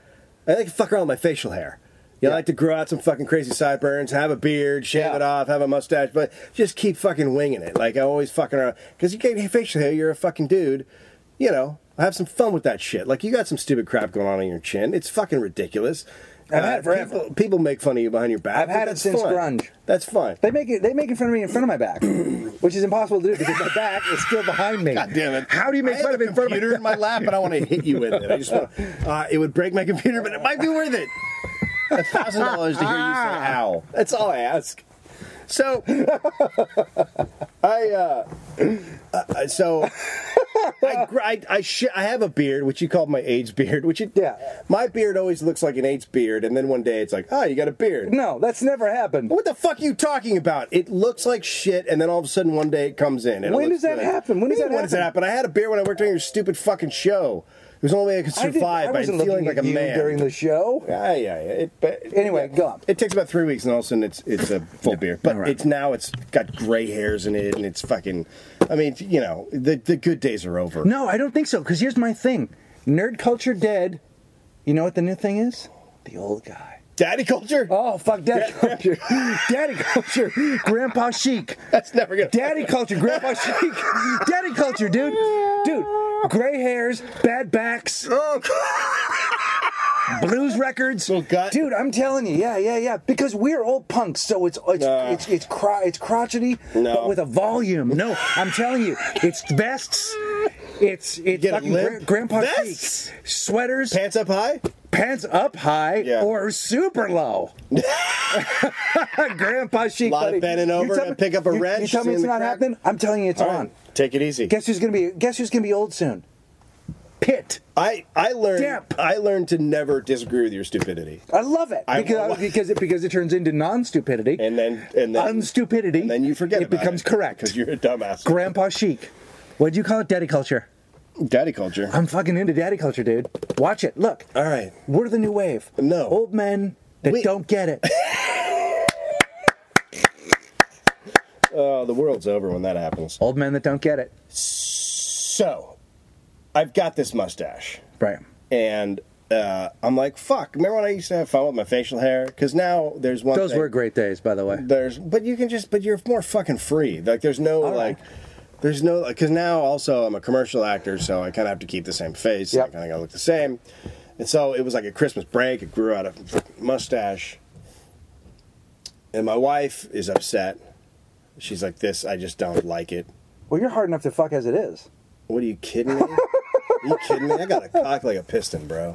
Speaker 3: I like to fuck around with my facial hair. You know, I like to grow out some fucking crazy sideburns, have a beard, shave
Speaker 1: Yeah.
Speaker 3: it off, have a mustache, but just keep fucking winging it. Like I always fucking around because you get facial hair, you're a fucking dude. You know, have some fun with that shit. Like you got some stupid crap going on on your chin. It's fucking ridiculous.
Speaker 1: I've had it forever.
Speaker 3: Uh, people- people make fun of you behind your back.
Speaker 1: I've
Speaker 3: but
Speaker 1: had it
Speaker 3: that's
Speaker 1: since
Speaker 3: fun.
Speaker 1: grunge.
Speaker 3: That's fine.
Speaker 1: They make it. They make it in front of me, in front of my back, which is impossible to do because my back is still behind me.
Speaker 3: God damn it!
Speaker 1: How do you make
Speaker 3: I
Speaker 1: fun
Speaker 3: have
Speaker 1: of
Speaker 3: a
Speaker 1: it in front of
Speaker 3: computer
Speaker 1: me?
Speaker 3: in my lap, and I want to hit you with it. I just want, uh, it would break my computer, but it might be worth it. A thousand dollars to hear you say "ow." That's all I ask. So, I uh, uh, so I gr- I I, sh- I have a beard, which you called my AIDS beard, which it,
Speaker 1: Yeah.
Speaker 3: My beard always looks like an AIDS beard, and then one day it's like, oh, you got a beard.
Speaker 1: No, that's never happened.
Speaker 3: What the fuck are you talking about? It looks like shit, and then all of a sudden one day it comes in. and it
Speaker 1: When
Speaker 3: looks
Speaker 1: does that
Speaker 3: good.
Speaker 1: happen? When does
Speaker 3: What
Speaker 1: that
Speaker 3: do you mean, when does that happen? I had a beer when I worked on your stupid fucking show. It was the only way I could
Speaker 1: I didn't-
Speaker 3: survive
Speaker 1: I
Speaker 3: by
Speaker 1: wasn't
Speaker 3: feeling
Speaker 1: looking
Speaker 3: like
Speaker 1: at
Speaker 3: a
Speaker 1: you
Speaker 3: man.
Speaker 1: during the show.
Speaker 3: yeah, yeah, yeah. It, but,
Speaker 1: Anyway,
Speaker 3: yeah.
Speaker 1: go on.
Speaker 3: It takes about three weeks, and all of a sudden it's it's a full beard. But
Speaker 1: All right.
Speaker 3: it's now it's got gray hairs in it, and it's fucking. I mean, you know, the the good days are over.
Speaker 1: No, I don't think so. Because here's my thing: nerd culture dead. You know what the new thing is? The old guy.
Speaker 3: Daddy culture?
Speaker 1: Oh fuck, daddy culture, daddy culture, grandpa chic,
Speaker 3: That's never gonna.
Speaker 1: daddy culture, grandpa chic, daddy culture, dude, dude, gray hairs, bad backs, blues records,
Speaker 3: Little gut.
Speaker 1: dude. I'm telling you, yeah, yeah, yeah. Because we're old punks, so it's it's
Speaker 3: Nah.
Speaker 1: it's it's, cro- it's crotchety,
Speaker 3: No.
Speaker 1: but with a volume. No, I'm telling you, it's vests. It's it's
Speaker 3: Get a
Speaker 1: fucking
Speaker 3: limp.
Speaker 1: gra- grandpa
Speaker 3: Vests?
Speaker 1: chic, sweaters,
Speaker 3: Pants up high?
Speaker 1: pants up high
Speaker 3: Yeah.
Speaker 1: or super low. Grandpa chic.
Speaker 3: Lot of
Speaker 1: buddy.
Speaker 3: bending
Speaker 1: You
Speaker 3: over
Speaker 1: tell
Speaker 3: to
Speaker 1: me-
Speaker 3: pick up a
Speaker 1: you- You
Speaker 3: wrench,
Speaker 1: tell me
Speaker 3: see
Speaker 1: it's
Speaker 3: in the
Speaker 1: not
Speaker 3: crack.
Speaker 1: happening. I'm telling you, it's on.
Speaker 3: Take it easy.
Speaker 1: Guess who's gonna be? Guess who's gonna be old soon? Pitt.
Speaker 3: I I learned
Speaker 1: Damp.
Speaker 3: I learned to never disagree with your stupidity,
Speaker 1: I love it
Speaker 3: I-
Speaker 1: because because it because it turns into non-stupidity,
Speaker 3: and then and then
Speaker 1: unstupidity.
Speaker 3: and then you forget.
Speaker 1: It
Speaker 3: about
Speaker 1: becomes
Speaker 3: because
Speaker 1: correct.
Speaker 3: you're a dumbass.
Speaker 1: Grandpa chic. What'd you call it? Daddy culture.
Speaker 3: Daddy culture.
Speaker 1: I'm fucking into daddy culture, dude. Watch it. Look.
Speaker 3: All right.
Speaker 1: We're the new wave.
Speaker 3: No.
Speaker 1: Old men that
Speaker 3: Wait.
Speaker 1: don't get it.
Speaker 3: Oh, the world's over when that happens.
Speaker 1: old men that don't get it.
Speaker 3: So, I've got this mustache.
Speaker 1: Right.
Speaker 3: and uh, I'm like, fuck. Remember when I used to have fun with my facial hair? Because now there's one.
Speaker 1: Those
Speaker 3: thing-
Speaker 1: were great days, by the way.
Speaker 3: There's, but you can just, but you're more fucking free. Like there's no
Speaker 1: All right.
Speaker 3: like, there's no because now also I'm a commercial actor, so I kind of have to keep the same face.
Speaker 1: Yep.
Speaker 3: I kind of gotta look the same. And so it was like a Christmas break. It grew out a fucking mustache. And my wife is upset. She's like, "This, I just don't like it."
Speaker 1: Well, you're hard enough to fuck as it is.
Speaker 3: What are you kidding me? are you kidding me? I got a cock like a piston, bro.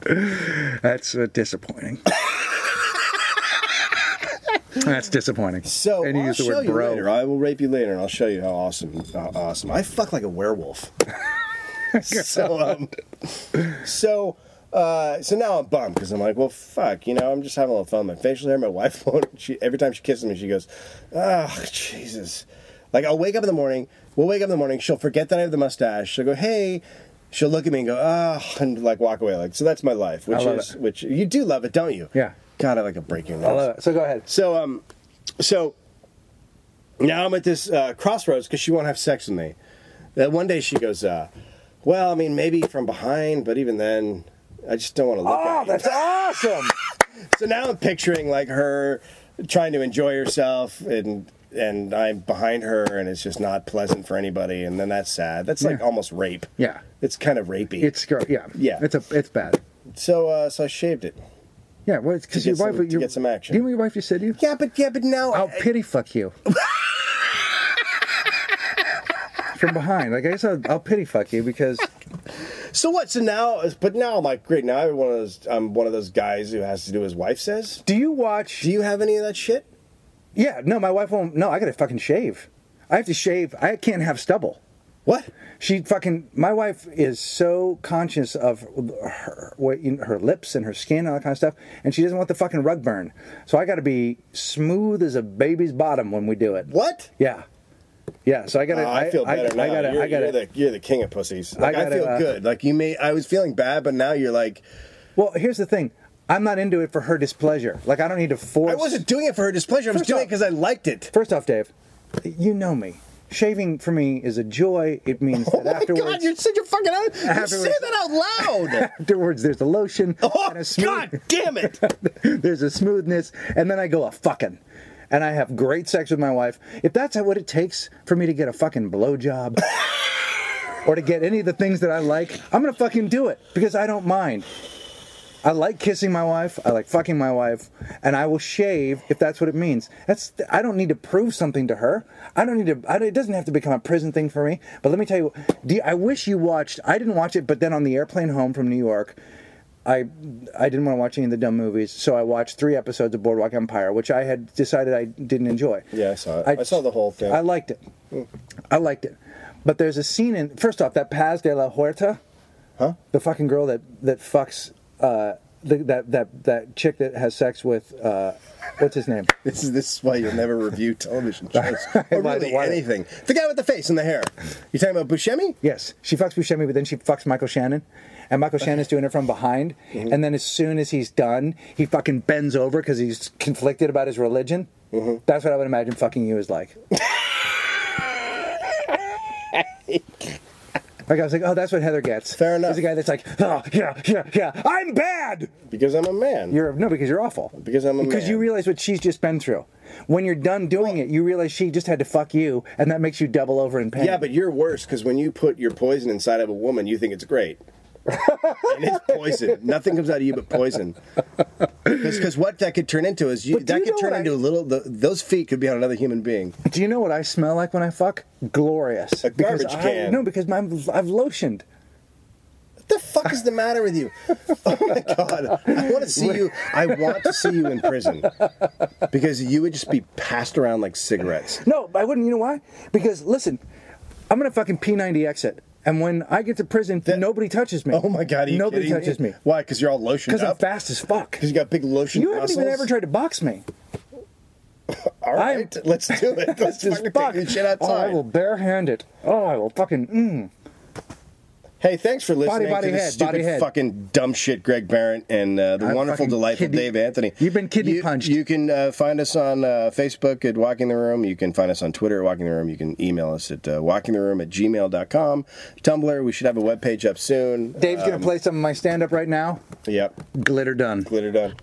Speaker 1: That's uh, disappointing. That's disappointing.
Speaker 3: So
Speaker 1: and you
Speaker 3: I'll
Speaker 1: use the
Speaker 3: show
Speaker 1: word
Speaker 3: you
Speaker 1: bro.
Speaker 3: later. I will rape you later, and I'll show you how awesome, how awesome. I fuck like a werewolf. so, um, so, uh, so now I'm bummed because I'm like, well, fuck. You know, I'm just having a little fun. with My facial hair. My wife won't. She every time she kisses me, she goes, oh Jesus. Like I'll wake up in the morning. We'll wake up in the morning. She'll forget that I have the mustache. She'll go, hey. She'll look at me and go, ah, and like walk away. Like so, that's my life. Which
Speaker 1: I love
Speaker 3: is
Speaker 1: it.
Speaker 3: which you do love it, don't you?
Speaker 1: Yeah.
Speaker 3: God, I like a break your nose.
Speaker 1: I love it. So go ahead.
Speaker 3: So um, so now I'm at this uh, crossroads because she won't have sex with me. That one day she goes, uh, well, I mean, maybe from behind, but even then, I just don't want to look
Speaker 1: Oh,
Speaker 3: at
Speaker 1: that's awesome.
Speaker 3: you. So now I'm picturing like her trying to enjoy herself and. And I'm behind her, and it's just not pleasant for anybody. And then that's sad. That's like
Speaker 1: Yeah.
Speaker 3: almost rape.
Speaker 1: Yeah.
Speaker 3: it's kind of rapey.
Speaker 1: It's gr- yeah.
Speaker 3: Yeah.
Speaker 1: It's a it's bad.
Speaker 3: so uh, so I shaved it.
Speaker 1: Yeah, well, because
Speaker 3: To
Speaker 1: your
Speaker 3: get
Speaker 1: wife
Speaker 3: some-
Speaker 1: your,
Speaker 3: to get some action.
Speaker 1: You know your wife just said to you?
Speaker 3: Yeah, but yeah, but now
Speaker 1: I'll pity fuck you. From behind. Like I guess I'll, I'll pity fuck you because
Speaker 3: So what? So now, but now I'm like, great. Now I'm one of those. I'm one of those guys who has to do what his wife says.
Speaker 1: do you watch
Speaker 3: Do you have any of that shit?
Speaker 1: Yeah, no, my wife won't no, I gotta fucking shave. I have to shave. I can't have stubble.
Speaker 3: What?
Speaker 1: She fucking. My wife is so conscious of her what in her lips and her skin and all that kind of stuff, and she doesn't want the fucking rug burn. So I got to be smooth as a baby's bottom when we do it.
Speaker 3: What?
Speaker 1: Yeah, yeah. So I got to.
Speaker 3: Oh, I, feel better now.
Speaker 1: I got to.
Speaker 3: you're,
Speaker 1: I got
Speaker 3: you're
Speaker 1: to.
Speaker 3: the, you're the king of pussies. Like, I,
Speaker 1: gotta,
Speaker 3: feel
Speaker 1: uh,
Speaker 3: good. Like you may. I was feeling bad, but now you're like.
Speaker 1: Well, here's the thing. I'm not into it for her displeasure. Like I don't need to force.
Speaker 3: I wasn't doing it for her displeasure. I was
Speaker 1: First
Speaker 3: doing it
Speaker 1: off-
Speaker 3: because I liked it.
Speaker 1: First off, Dave, you know me. Shaving for me is a joy. It means that
Speaker 3: Oh my
Speaker 1: afterwards.
Speaker 3: god! You're such a fucking. You
Speaker 1: Afterwards-
Speaker 3: say that out loud.
Speaker 1: Afterwards, there's a lotion
Speaker 3: Oh
Speaker 1: and a smooth.
Speaker 3: god! Damn it!
Speaker 1: there's a smoothness, and then I go a fucking, and I have great sex with my wife. If that's what it takes for me to get a fucking blowjob, or to get any of the things that I like, I'm gonna fucking do it because I don't mind. I like kissing my wife. I like fucking my wife, and I will shave if that's what it means. That's I don't need to prove something to her. I don't need to. I, don't- it doesn't have to become a prison thing for me. But let me tell you, do you- I wish you watched. I didn't watch it, but then on the airplane home from New York, I I didn't want to watch any of the dumb movies, so I watched three episodes of Boardwalk Empire, which I had decided I didn't enjoy.
Speaker 3: Yeah, I saw it. I saw the whole thing.
Speaker 1: I liked it. I liked it. But there's a scene in first off that Paz de la Huerta,
Speaker 3: Huh?
Speaker 1: the fucking girl that that fucks uh, the, that that that chick that has sex with uh, what's his name?
Speaker 3: This is this is why you'll never review television shows or
Speaker 1: Why-
Speaker 3: really
Speaker 1: why-
Speaker 3: anything. The guy with the face and the hair. You talking about Buscemi?
Speaker 1: Yes, she fucks Buscemi, but then she fucks Michael Shannon, and Michael Shannon's doing it from behind.
Speaker 3: Mm-hmm.
Speaker 1: And then as soon as he's done, he fucking bends over because he's conflicted about his religion.
Speaker 3: Mm-hmm.
Speaker 1: That's what I would imagine fucking you is like.
Speaker 4: Like I was like, oh, that's what Heather gets.
Speaker 3: Fair enough.
Speaker 4: Is a guy that's like, oh yeah, yeah, yeah. I'm bad.
Speaker 3: because I'm a man.
Speaker 4: You're no, because you're awful.
Speaker 3: Because I'm a
Speaker 4: Because
Speaker 3: man.
Speaker 4: you realize what she's just been through. When you're done doing it, you realize she just had to fuck you, and that makes you double over in pain.
Speaker 3: yeah, but you're worse because when you put your poison inside of a woman, you think it's great. and it's poison. Nothing comes out of you but poison. Because what that could turn into is you,
Speaker 4: But do
Speaker 3: that
Speaker 4: you
Speaker 3: could
Speaker 4: know
Speaker 3: turn
Speaker 4: what I-
Speaker 3: into a little. The, those feet could be on another human being.
Speaker 4: Do you know what I smell like when I fuck? Glorious.
Speaker 3: A
Speaker 4: Because
Speaker 3: garbage
Speaker 4: I-
Speaker 3: can.
Speaker 4: no, because my, I've lotioned.
Speaker 3: What the fuck is the matter with you? Oh my god! I want to see you. I want to see you in prison because you would just be passed around like cigarettes.
Speaker 4: No, I wouldn't. You know why? Because listen, I'm gonna fucking P90 exit, and when I get to prison, nobody touches me.
Speaker 3: Oh my god! Are you
Speaker 4: nobody
Speaker 3: kidding
Speaker 4: touches me
Speaker 3: Why? Because you're all lotioned
Speaker 4: because I'm
Speaker 3: up.
Speaker 4: fast as fuck.
Speaker 3: Because you got big lotion.
Speaker 4: You haven't even
Speaker 3: muscles?
Speaker 4: ever tried to box me.
Speaker 3: All
Speaker 4: I'm-
Speaker 3: right, let's do it. Let's
Speaker 4: Just
Speaker 3: fucking
Speaker 4: fuck.
Speaker 3: take this shit
Speaker 4: oh, I
Speaker 3: outside.
Speaker 4: will barehand it. Oh, I will fucking. Mm.
Speaker 3: Hey, thanks for listening
Speaker 4: body,
Speaker 3: to this
Speaker 4: head,
Speaker 3: stupid
Speaker 4: body, head.
Speaker 3: fucking dumb shit, Greg Barrett, and uh, the
Speaker 4: I'm
Speaker 3: wonderful,
Speaker 4: fucking
Speaker 3: delightful
Speaker 4: kidney-
Speaker 3: Dave Anthony.
Speaker 4: You've been kidney
Speaker 3: You-
Speaker 4: punched.
Speaker 3: You can uh, find us on uh, Facebook at Walking the Room. You can find us on Twitter at Walking the Room. You can email us at uh, walkingtheroom at gmail.com. Tumblr, we should have a webpage up soon. Um,
Speaker 4: Dave's gonna play some of my stand up right now.
Speaker 3: Yep,
Speaker 4: Glitter done.
Speaker 3: glitter done.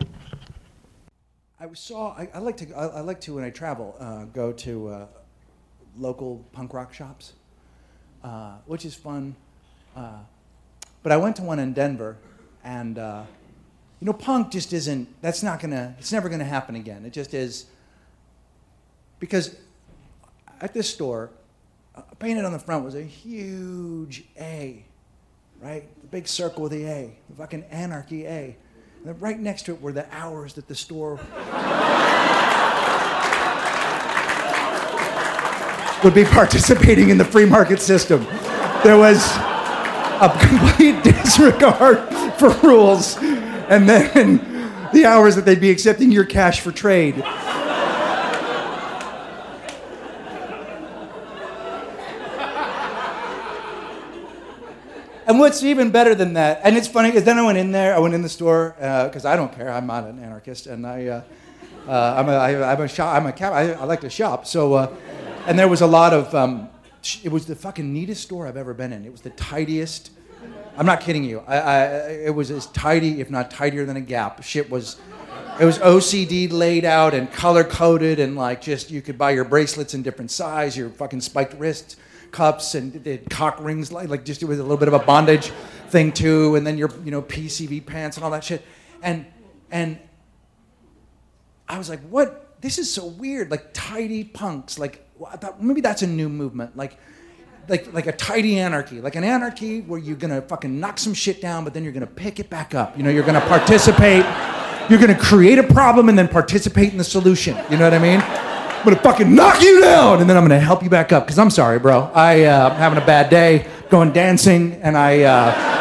Speaker 1: I saw. I, I like to. I, I like to when I travel uh, go to uh, local punk rock shops, uh, which is fun. Uh, but I went to one in Denver, and uh, you know, punk just isn't. That's not gonna. It's never gonna happen again. It just is. Because at this store, uh, painted on the front was a huge A, right? The big circle with the A, the fucking anarchy A. And then right next to it were the hours that the store would be participating in the free market system. There was a complete disregard for rules, and then the hours that they'd be accepting your cash for trade. And what's even better than that, and it's funny, is then I went in there, I went in the store, because I don't care, I'm not an anarchist, and I, uh, uh, I'm a, I, I'm a shop, I'm a cab, I, I like to shop, so, uh, and there was a lot of, um, sh- it was the fucking neatest store I've ever been in. It was the tidiest, I'm not kidding you, I, I, it was as tidy, if not tidier than a gap. Shit was, it was OCD laid out and color coded, and like just, you could buy your bracelets in different size, your fucking spiked wrists cups and they had cock rings, like, like just it was a little bit of a bondage thing too, and then your you know PCV pants and all that shit, and and I was like, what? This is so weird. Like tidy punks. Like well, I thought maybe that's a new movement. Like. Like, like a tidy anarchy, like an anarchy where you're gonna fucking knock some shit down, but then you're gonna pick it back up. You know, you're gonna participate, you're gonna create a problem and then participate in the solution. You know what I mean? I'm gonna fucking knock you down, and then I'm gonna help you back up. Cause I'm sorry, bro. I uh, I'm having a bad day, going dancing, and I uh,